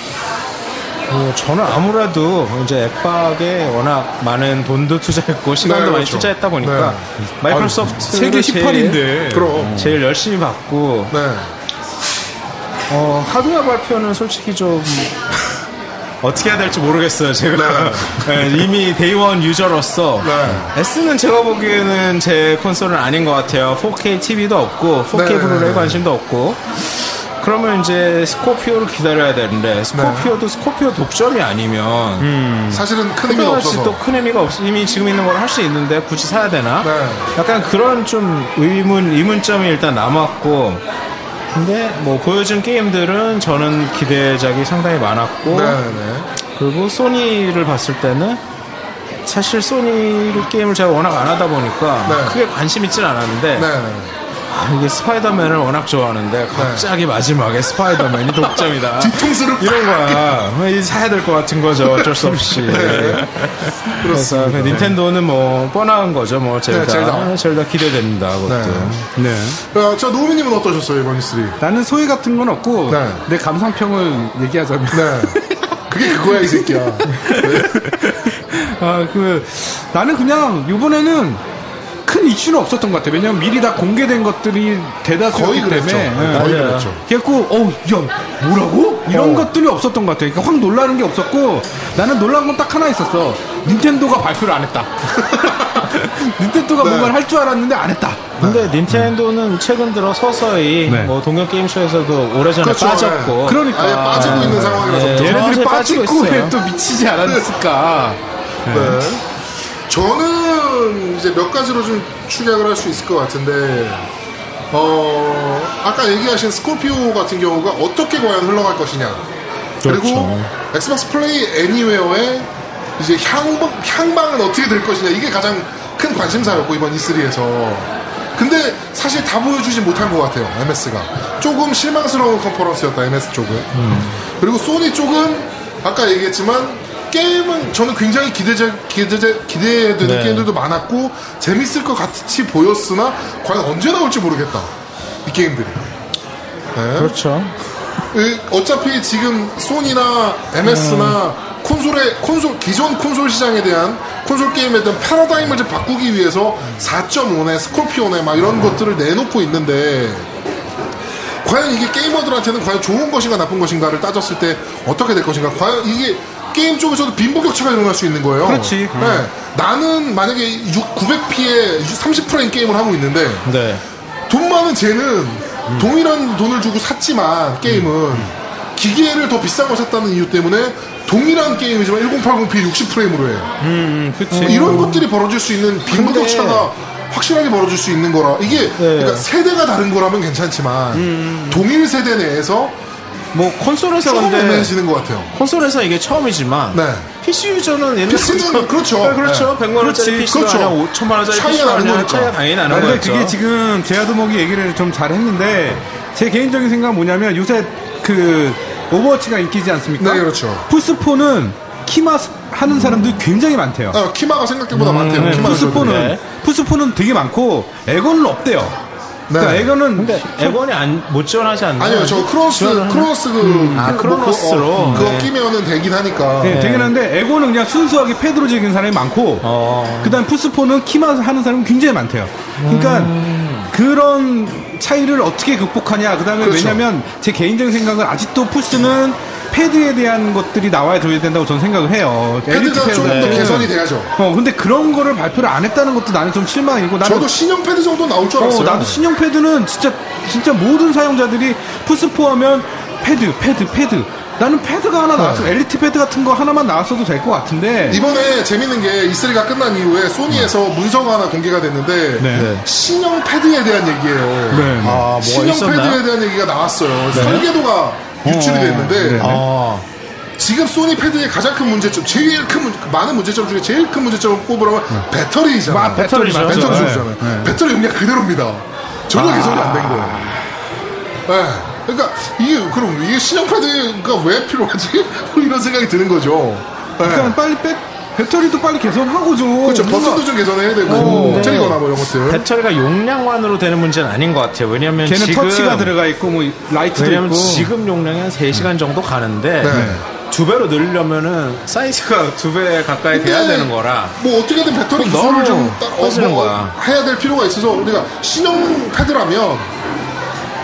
[SPEAKER 1] 뭐 저는 아무래도 이제 액박에 워낙 많은 돈도 (laughs) 투자했고 시간도
[SPEAKER 2] 네,
[SPEAKER 1] 많이
[SPEAKER 2] 그렇죠. 네. 아,
[SPEAKER 1] 투자했다 보니까 마이크로소프트
[SPEAKER 3] 세계 18인데.
[SPEAKER 2] 그럼.
[SPEAKER 1] 제일 열심히 봤고
[SPEAKER 2] 네.
[SPEAKER 1] 어, 하드웨어 발표는 솔직히 좀 (laughs) 어떻게 해야 될지 모르겠어요. 제가 (laughs) 네, 이미 데이원 유저로서
[SPEAKER 2] 네.
[SPEAKER 1] S는 제가 보기에는 제 콘솔은 아닌 것 같아요. 4K TV도 없고 4K
[SPEAKER 2] 네.
[SPEAKER 1] 브루레이 관심도 없고 그러면 이제 스코피오를 기다려야
[SPEAKER 2] 네.
[SPEAKER 1] 되는데 스코피오도 스코피오 독점이
[SPEAKER 2] 음.
[SPEAKER 1] 아니면
[SPEAKER 2] 사실은 큰 의미가
[SPEAKER 1] 스코피오같이
[SPEAKER 2] 없어서.
[SPEAKER 1] 또 큰 의미가 없어 이미 지금 있는 걸 할 수 있는데 굳이 사야 되나?
[SPEAKER 2] 네.
[SPEAKER 1] 약간 그런 좀 의문 의문점이 일단 남았고 근데 뭐 보여준 게임들은 저는 기대작이 상당히 많았고
[SPEAKER 2] 네네.
[SPEAKER 1] 그리고 소니를 봤을 때는 사실 소니 게임을 제가 워낙 안 하다 보니까
[SPEAKER 2] 네.
[SPEAKER 1] 크게 관심 있진 않았는데
[SPEAKER 2] 네네. 네.
[SPEAKER 1] 아, 이게 스파이더맨을 워낙 좋아하는데 갑자기 마지막에 스파이더맨이
[SPEAKER 2] (laughs)
[SPEAKER 1] 독점이다
[SPEAKER 2] 뒤통수를
[SPEAKER 1] 이런 거야 이 사야 될 것 같은 거죠 어쩔 수 없이
[SPEAKER 2] 네.
[SPEAKER 1] 그래서
[SPEAKER 3] 네.
[SPEAKER 2] 그렇습니다.
[SPEAKER 1] 닌텐도는 뭐 뻔한 거죠 뭐 젤다
[SPEAKER 2] 네, 젤다.
[SPEAKER 1] 아, 젤다 기대됩니다 그것도
[SPEAKER 3] 네.
[SPEAKER 2] 어, 자, 노우미님은 어떠셨어요, 이번 E3?
[SPEAKER 3] 나는 소위 같은 건 없고
[SPEAKER 2] 네.
[SPEAKER 3] 내 감상평을 얘기하자면
[SPEAKER 2] 네.
[SPEAKER 3] (laughs)
[SPEAKER 2] 그게 그거야, 이 새끼야.
[SPEAKER 3] 아, 그, 나는 그냥, 요번에는 큰 이슈는 없었던 것 같아. 왜냐면 미리 다 공개된 것들이 대다수였기
[SPEAKER 2] 거의 그랬죠. 네.
[SPEAKER 3] 때문에. 예.
[SPEAKER 2] 거의
[SPEAKER 1] 맞아요.
[SPEAKER 2] 그랬죠.
[SPEAKER 3] 그래갖고, 어, 야, 뭐라고?
[SPEAKER 2] 어.
[SPEAKER 3] 이런 것들이 없었던 것 같아. 그러니까 확 놀라는 게 없었고, 나는 놀란 건 딱 하나 있었어. 닌텐도가 발표를 안 했다. (laughs) 닌텐도가
[SPEAKER 2] 네.
[SPEAKER 3] 뭔가를 할 줄 알았는데 안 했다.
[SPEAKER 1] 근데 닌텐도는 최근 들어 서서히
[SPEAKER 3] 네.
[SPEAKER 1] 뭐 동경 게임쇼에서도 오래전에
[SPEAKER 2] 그렇죠,
[SPEAKER 1] 빠졌고
[SPEAKER 2] 네.
[SPEAKER 3] 그러니까.
[SPEAKER 2] 아예 빠지고 있는 상황이라서.
[SPEAKER 1] 네.
[SPEAKER 2] 네.
[SPEAKER 3] 얘네들이
[SPEAKER 1] 정확히 빠지고
[SPEAKER 3] 빠지고
[SPEAKER 1] 있어요.
[SPEAKER 3] 왜 또 미치지 않았을까.
[SPEAKER 2] 네. 저는 이제 몇 가지로 좀 축약을 할 수 있을 것 같은데, 어, 아까 얘기하신 스콜피오 같은 경우가 어떻게 과연 흘러갈 것이냐. 그리고 엑스박스 플레이 애니웨어의 이제 향방, 향방은 어떻게 될 것이냐 이게 가장 큰 관심사였고 이번 E E3에서 근데 사실 다 보여주지 못한 것 같아요 MS가 조금 실망스러운 컨퍼런스였다 MS 쪽은 그리고 소니 쪽은 아까 얘기했지만 게임은 저는 굉장히 기대제, 기대제, 기대되는
[SPEAKER 1] 네.
[SPEAKER 2] 게임들도 많았고 재밌을 것 같이 보였으나 과연 언제 나올지 모르겠다 이 게임들이 네.
[SPEAKER 1] 그렇죠
[SPEAKER 2] 으, 어차피
[SPEAKER 4] 음.
[SPEAKER 2] 지금 소니나 MS나 콘솔의 콘솔 기존 콘솔 시장에 대한 콘솔 게임의 어떤 패러다임을 좀 바꾸기 위해서 4.5네, 스콜피오네 막 이런 것들을 내놓고 있는데 과연 이게 게이머들한테는 과연 좋은 것인가 나쁜 것인가를 따졌을 때 어떻게 될 것인가 과연 이게 게임 쪽에서도 빈부격차가 일어날 수 있는 거예요.
[SPEAKER 4] 그렇지.
[SPEAKER 2] 네. 나는 만약에 6, 900p에 30프레임 게임을 하고 있는데
[SPEAKER 1] 네.
[SPEAKER 2] 돈 많은 쟤는
[SPEAKER 1] 음.
[SPEAKER 2] 동일한 돈을 주고 샀지만 게임은 기계를 더 비싼 걸 샀다는 이유 때문에 동일한 게임이지만 1080p 60프레임으로 해요.
[SPEAKER 4] 음,
[SPEAKER 1] 네.
[SPEAKER 4] 그치.
[SPEAKER 2] 이런 것들이 벌어질 수 있는 빈부격차가 확실하게 벌어질 수 있는 거라
[SPEAKER 1] 네.
[SPEAKER 2] 이게 그러니까 세대가 다른 거라면 괜찮지만
[SPEAKER 1] 음,
[SPEAKER 2] 동일 세대 내에서
[SPEAKER 1] 뭐 콘솔에서
[SPEAKER 2] 조금
[SPEAKER 1] 근데
[SPEAKER 2] 애매해지는 것 같아요.
[SPEAKER 1] 콘솔에서 이게 처음이지만
[SPEAKER 2] 네.
[SPEAKER 1] PC 유저는 옛날
[SPEAKER 2] PC 는 그렇죠.
[SPEAKER 1] 그렇죠.
[SPEAKER 2] 네.
[SPEAKER 1] 100만 원짜리
[SPEAKER 2] 그렇지,
[SPEAKER 1] PC가
[SPEAKER 2] 그렇죠.
[SPEAKER 1] 아니라 5천만 원짜리
[SPEAKER 2] 차이가
[SPEAKER 1] PC가
[SPEAKER 2] 나는
[SPEAKER 1] 아니라
[SPEAKER 2] 거니까.
[SPEAKER 1] 차이가 당연히 나는
[SPEAKER 3] 근데
[SPEAKER 1] 거였죠.
[SPEAKER 3] 그게 지금 제아도목이 얘기를 좀 잘했는데 제 개인적인 생각은 뭐냐면 요새 그 오버워치가 인기지 않습니까?
[SPEAKER 2] 네, 그렇죠.
[SPEAKER 3] 플스4는 키마 스- 하는 사람들이 굉장히 많대요.
[SPEAKER 2] 아, 키마가 생각보다
[SPEAKER 1] 음,
[SPEAKER 2] 많대요.
[SPEAKER 3] 네,
[SPEAKER 2] 키마
[SPEAKER 3] 플스4는
[SPEAKER 1] 네.
[SPEAKER 3] 플스4는 되게 많고 에건은 없대요.
[SPEAKER 2] 네.
[SPEAKER 3] 그러니까 에건은
[SPEAKER 1] 근데 에건이 안, 못 지원하지 않나요?
[SPEAKER 2] 아니요, 저 크로스 크로스 그,
[SPEAKER 1] 아,
[SPEAKER 2] 그-
[SPEAKER 1] 크로노스로.
[SPEAKER 2] 그거, 어, 그거
[SPEAKER 1] 네.
[SPEAKER 2] 끼면은 되긴 하니까.
[SPEAKER 3] 네, 되긴 한데 에고는 그냥 순수하게 패드로 즐기는 사람이 많고
[SPEAKER 1] 어.
[SPEAKER 2] 네?
[SPEAKER 3] 그다음 푸스포는 키만 하는 사람이 굉장히 많대요. 그러니까 그런 차이를 어떻게 극복하냐 그다음에
[SPEAKER 2] 음. 그렇죠.
[SPEAKER 3] 왜냐면 제 개인적인 생각은 아직도 푸스는 패드에 대한 것들이 나와야 줘야 된다고 저는 생각을 해요.
[SPEAKER 2] 패드가
[SPEAKER 3] 엘리트
[SPEAKER 2] 조금 더
[SPEAKER 1] 네.
[SPEAKER 3] 패드는.
[SPEAKER 2] 개선이 돼야죠.
[SPEAKER 3] 어 근데 그런 거를 발표를 안 했다는 것도 나는 좀 실망이고 나는
[SPEAKER 2] 저도 신형 패드 정도 나올 줄 알았어요.
[SPEAKER 3] 어, 나도 신형 패드는 진짜 진짜 모든 사용자들이 플스4 하면 패드, 패드, 패드. 나는 패드가 하나 나왔어.
[SPEAKER 2] 네.
[SPEAKER 3] 엘리트 패드 같은 거 하나만 나왔어도 될 것 같은데.
[SPEAKER 2] 이번에 재밌는 게 E3가 끝난 이후에 소니에서 문서가 하나 공개가 됐는데
[SPEAKER 3] 음. 네.
[SPEAKER 1] 네.
[SPEAKER 2] 신형 패드에 대한 얘기예요.
[SPEAKER 3] 네.
[SPEAKER 1] 아, 뭐가
[SPEAKER 2] 신형
[SPEAKER 1] 있었나요? 네.
[SPEAKER 2] 패드에 대한 얘기가 나왔어요. 설계도가 유출이
[SPEAKER 3] 어,
[SPEAKER 2] 됐는데
[SPEAKER 3] 네.
[SPEAKER 1] 아,
[SPEAKER 2] 지금 소니 패드의 가장 큰 문제점, 제일 큰 문- 많은 문제점 중에 제일 큰 문제점을 꼽으라면
[SPEAKER 1] 네.
[SPEAKER 2] 배터리잖아요.
[SPEAKER 3] 아, 배터리
[SPEAKER 1] 배터리죠. 아.
[SPEAKER 3] 맞죠.
[SPEAKER 2] 배터리
[SPEAKER 3] 네.
[SPEAKER 2] 줄이잖아요. 배터리 용량 그대로입니다. 전혀 개선이 안 된 거예요. 네. 그러니까 이게 그럼 이게 신형 패드가 그러니까 왜 필요하지? (laughs) 뭐 이런 생각이 드는 거죠. 네.
[SPEAKER 3] 그러니까 빨리 배, 배터리도 빨리 개선하고 좀.
[SPEAKER 2] 그렇죠.
[SPEAKER 1] 뭐
[SPEAKER 3] 뭔가-
[SPEAKER 2] 버튼도 좀 개선해야 되고
[SPEAKER 1] 근데
[SPEAKER 2] 트리거나 뭐 이런 것들.
[SPEAKER 1] 배터리가 용량만으로 되는 문제는 아닌 것 같아요. 왜냐면
[SPEAKER 3] 걔는
[SPEAKER 1] 지금
[SPEAKER 3] 터치가 들어가 있고 뭐 라이트도
[SPEAKER 1] 왜냐면
[SPEAKER 3] 있고.
[SPEAKER 1] 지금 용량이 한 3시간 정도 가는데
[SPEAKER 2] 네.
[SPEAKER 1] 두 배로 늘려면은 사이즈가 두 배 가까이 돼야 되는 거라
[SPEAKER 2] 뭐 어떻게든
[SPEAKER 1] 그럼
[SPEAKER 2] 배터리 기술을
[SPEAKER 1] 너무
[SPEAKER 2] 좀 따- 어,
[SPEAKER 1] 커지는
[SPEAKER 2] 뭐
[SPEAKER 1] 거야.
[SPEAKER 2] 해야 될 필요가 있어서 우리가 신형 패드라면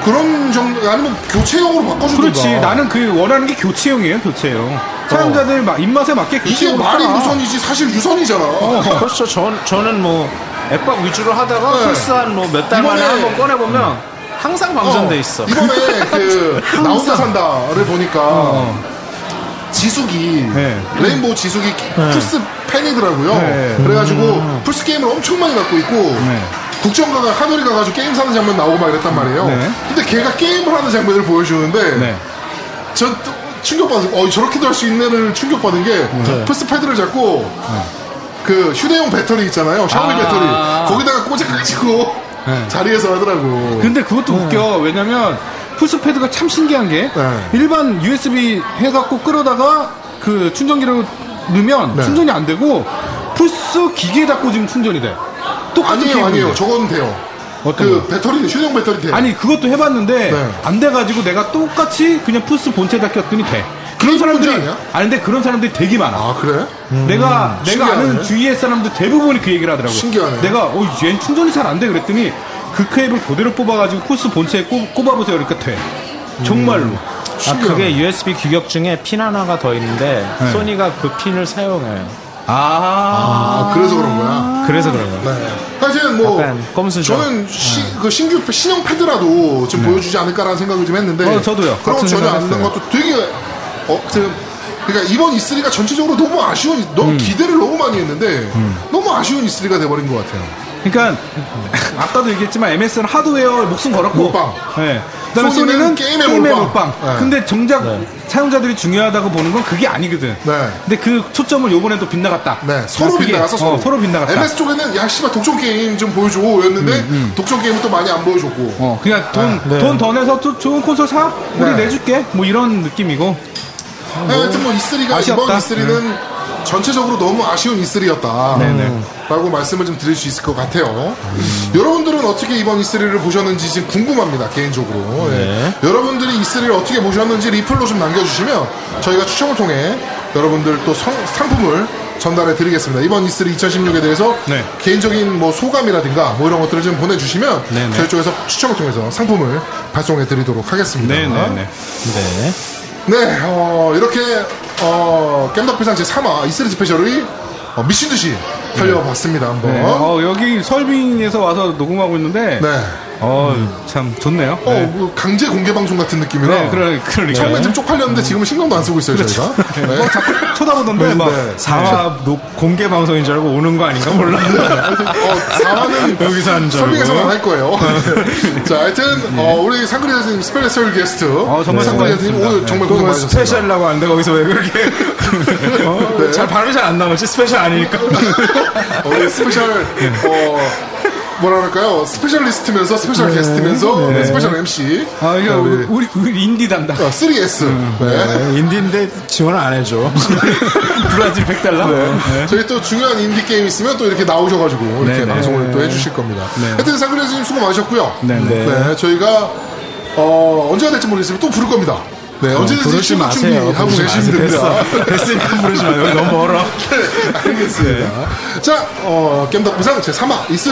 [SPEAKER 2] 그런 정도 아니면 교체형으로 바꿔주든가.
[SPEAKER 3] 그렇지. 나는 그 원하는 게 교체용이에요, 교체용. 사용자들 막 입맛에 맞게
[SPEAKER 2] 이게
[SPEAKER 3] 교체용.
[SPEAKER 2] 말이 무선이지 사실 유선이잖아.
[SPEAKER 1] 그렇죠. 전, 저는 뭐 앱박 위주로 하다가
[SPEAKER 2] 네.
[SPEAKER 1] 플스 한 뭐 몇 달 만에
[SPEAKER 2] 이번에-
[SPEAKER 1] 한번 꺼내보면 항상 방전돼 있어.
[SPEAKER 2] 이번에 그 나 혼자 산다를 보니까 지숙이
[SPEAKER 3] 네.
[SPEAKER 2] 레인보우 지숙이 플스 팬이더라고요.
[SPEAKER 3] 네.
[SPEAKER 2] 그래가지고 플스 게임을 엄청 많이 갖고 있고 국정가가 하늘이 가가지고 게임 사는 장면 나오고 막 이랬단 말이에요.
[SPEAKER 3] 네.
[SPEAKER 2] 근데 걔가 게임을 하는 장면을 보여주는데
[SPEAKER 3] 네.
[SPEAKER 2] 저 충격받은 어 저렇게도 할 수 있는을 충격받은 게 플스 패드를 잡고 그 휴대용 배터리 있잖아요. 샤오미 배터리 거기다가 꽂아가지고 자리에서 하더라고.
[SPEAKER 3] 근데 그것도 웃겨. 왜냐면 풀스패드가 참 신기한 게
[SPEAKER 2] 네.
[SPEAKER 3] 일반 USB 해갖고 끌어다가 그 충전기로 넣으면
[SPEAKER 2] 네.
[SPEAKER 3] 충전이 안 되고 풀스 기계에다 꽂으면 충전이 돼. 똑같은
[SPEAKER 2] 아니에요,
[SPEAKER 3] 케이블인데.
[SPEAKER 2] 아니에요. 저건 돼요.
[SPEAKER 3] 어떤
[SPEAKER 2] 그
[SPEAKER 3] 거?
[SPEAKER 2] 배터리, 휴대용 배터리 돼요.
[SPEAKER 3] 아니 그것도 해봤는데
[SPEAKER 2] 네.
[SPEAKER 3] 안 돼가지고 내가 똑같이 그냥 풀스 본체에다 꼈더니 돼.
[SPEAKER 2] 그런
[SPEAKER 3] 사람들이
[SPEAKER 2] 문제 아니야?
[SPEAKER 3] 아닌데 그런 사람들이 되게 많아.
[SPEAKER 2] 아, 그래?
[SPEAKER 3] 내가 내가
[SPEAKER 2] 신기하네.
[SPEAKER 3] 아는 주위의 사람들 대부분이 그 얘기를 하더라고.
[SPEAKER 2] 신기하네.
[SPEAKER 3] 내가 어, 얘는 충전이 잘 안 돼 그랬더니 그 케이블 그대로 뽑아가지고 코스 본체에 꼽, 아 보세요 이렇게 돼. 정말로.
[SPEAKER 2] 음.
[SPEAKER 1] 아,
[SPEAKER 2] 신기하네.
[SPEAKER 1] 그게 USB 규격 중에 핀 하나가 더 있는데 소니가 그 핀을 사용해요.
[SPEAKER 3] 아.
[SPEAKER 2] 아, 그래서 그런 거야.
[SPEAKER 1] 그래서 그런 거예요.
[SPEAKER 2] 네. 사실은 뭐
[SPEAKER 1] 약간 꼼수죠.
[SPEAKER 2] 저는 시,
[SPEAKER 3] 네.
[SPEAKER 2] 그 신규 신형 패드라도 좀 보여주지 않을까라는 생각을 좀 했는데
[SPEAKER 3] 어, 저도요.
[SPEAKER 2] 그런 거
[SPEAKER 3] 같은
[SPEAKER 2] 전혀 안
[SPEAKER 3] 생각했어요.
[SPEAKER 2] 하는 것도 되게 어, 지금 그러니까 이번 E3가 전체적으로 너무 아쉬운
[SPEAKER 3] 음.
[SPEAKER 2] 너무 기대를 너무 많이 했는데 너무 아쉬운 E3가 돼버린 것 같아요.
[SPEAKER 3] 그러니까 (laughs) 아까도 얘기했지만 MS는 하드웨어 목숨 걸었고.
[SPEAKER 2] 몰빵.
[SPEAKER 3] 네. 그다음에
[SPEAKER 2] 소니는
[SPEAKER 3] 소니는,
[SPEAKER 2] 게임의
[SPEAKER 3] 게임의,
[SPEAKER 2] 몰빵.
[SPEAKER 3] 몰빵.
[SPEAKER 2] 네.
[SPEAKER 3] 근데 정작 사용자들이 중요하다고 보는 건 그게 아니거든.
[SPEAKER 2] 네.
[SPEAKER 3] 근데 그 초점을 요번에 또 빗나갔다.
[SPEAKER 2] 네, 서로
[SPEAKER 3] 그게,
[SPEAKER 2] 빗나갔어. 서로.
[SPEAKER 3] 어, 서로 빗나갔다. 음,
[SPEAKER 2] MS 쪽에는 야 씨발 독점 게임 좀 보여줘였는데 독점 게임은 또 많이 안 보여줬고.
[SPEAKER 3] 어, 그냥 돈,
[SPEAKER 1] 네.
[SPEAKER 3] 돈 더 내서 또 좋은 콘솔 사? 우리
[SPEAKER 2] 네.
[SPEAKER 3] 내줄게. 뭐 이런 느낌이고.
[SPEAKER 2] 네, 하여튼 뭐 E3가
[SPEAKER 3] 아쉬웠다.
[SPEAKER 2] 이번 E3는
[SPEAKER 1] 네.
[SPEAKER 2] 전체적으로 너무 아쉬운 E3였다. 라고 말씀을 좀 드릴 수 있을 것 같아요. 여러분들은 어떻게 이번 E3를 보셨는지 지금 궁금합니다, 개인적으로. 예.
[SPEAKER 1] 네.
[SPEAKER 2] 여러분들이 E3를 어떻게 보셨는지 리플로 좀 남겨주시면 저희가 추첨을 통해 여러분들 또 성- 상품을 전달해 드리겠습니다. 이번 E3 2016에 대해서
[SPEAKER 1] 네.
[SPEAKER 2] 개인적인 뭐 소감이라든가 뭐 이런 것들을 좀 보내주시면
[SPEAKER 1] 네, 네.
[SPEAKER 2] 저희 쪽에서 추첨을 통해서 상품을 발송해 드리도록 하겠습니다.
[SPEAKER 1] 네네네.
[SPEAKER 2] 어?
[SPEAKER 1] 네.
[SPEAKER 2] 네, 어, 이렇게 어, 겜덕비상 제 3화 E3 스페셜이 어, 미친 듯이 달려봤습니다. 한번.
[SPEAKER 5] 네. 어, 여기 설빙에서 와서 녹음하고 있는데
[SPEAKER 2] 네.
[SPEAKER 5] 어, 참 좋네요.
[SPEAKER 2] 어,
[SPEAKER 5] 네.
[SPEAKER 2] 뭐 강제 공개 방송 같은 느낌이라.
[SPEAKER 5] 네, 그러, 그러니까.
[SPEAKER 2] 처음에 좀 쪽팔렸는데 지금은 신경도 안 쓰고 있어요, 저희가. 네.
[SPEAKER 5] 쳐다보던데,
[SPEAKER 1] 근데 막
[SPEAKER 5] 막.
[SPEAKER 2] 네.
[SPEAKER 1] 사화 녹- 공개 방송인 줄 알고 오는 거 아닌가
[SPEAKER 2] (laughs)
[SPEAKER 1] 몰라.
[SPEAKER 2] 어,
[SPEAKER 3] (laughs)
[SPEAKER 2] 4화는
[SPEAKER 1] 여기서 하는 줄
[SPEAKER 2] 설명해서
[SPEAKER 1] 알고.
[SPEAKER 2] 안할 거예요. (laughs) 자, 하여튼, 어, 우리 상그리 선생님 스페셜 게스트.
[SPEAKER 1] 어,
[SPEAKER 3] 어,
[SPEAKER 5] 정말
[SPEAKER 2] 상그리 선생님 네. 오늘
[SPEAKER 1] 네.
[SPEAKER 2] 정말 고생
[SPEAKER 1] 그거 뭐
[SPEAKER 2] 많으셨습니다.
[SPEAKER 1] 스페셜이라고 하는데 거기서 왜 그렇게 (laughs) 어,
[SPEAKER 2] 네.
[SPEAKER 1] 잘 발음이 잘 안 나오지 스페셜 아니니까
[SPEAKER 2] 어, 우리 스페셜, 어, 뭐라 그럴까요? 스페셜리스트면서 스페셜 게스트면서 네, 스페셜 MC.
[SPEAKER 5] 아, 이게
[SPEAKER 2] 어, 우리
[SPEAKER 5] 우리, 우리, 우리 인디
[SPEAKER 2] (laughs)
[SPEAKER 5] 담당.
[SPEAKER 2] 어, 3S. 네.
[SPEAKER 1] 네, 인디인데 지원을 안 (laughs) 해줘
[SPEAKER 5] 브라질 100달러?
[SPEAKER 2] 네.
[SPEAKER 1] 네.
[SPEAKER 2] 저희 또 중요한 인디 게임 있으면 또 이렇게 나오셔가지고 이렇게
[SPEAKER 5] 네.
[SPEAKER 2] 방송을 또 해주실 겁니다.
[SPEAKER 1] 네.
[SPEAKER 2] 하여튼 상그리 선생님 수고 많으셨고요.
[SPEAKER 5] 네, 네.
[SPEAKER 2] 네, 저희가 어, 언제가 될지 모르겠지만 또 부를 겁니다. 네, 언제든지
[SPEAKER 1] 어, 부르지
[SPEAKER 2] 신곡
[SPEAKER 1] 마세요
[SPEAKER 2] 준비하고
[SPEAKER 1] 부르지
[SPEAKER 2] 계시면
[SPEAKER 1] 마세요
[SPEAKER 2] 됩니다. 네,
[SPEAKER 1] 됐어 됐으니까
[SPEAKER 2] (laughs)
[SPEAKER 1] 부르지 마요 여기 너무 멀어
[SPEAKER 2] 알겠습니다. 자, 어, 겜덕부상 제3화 이슬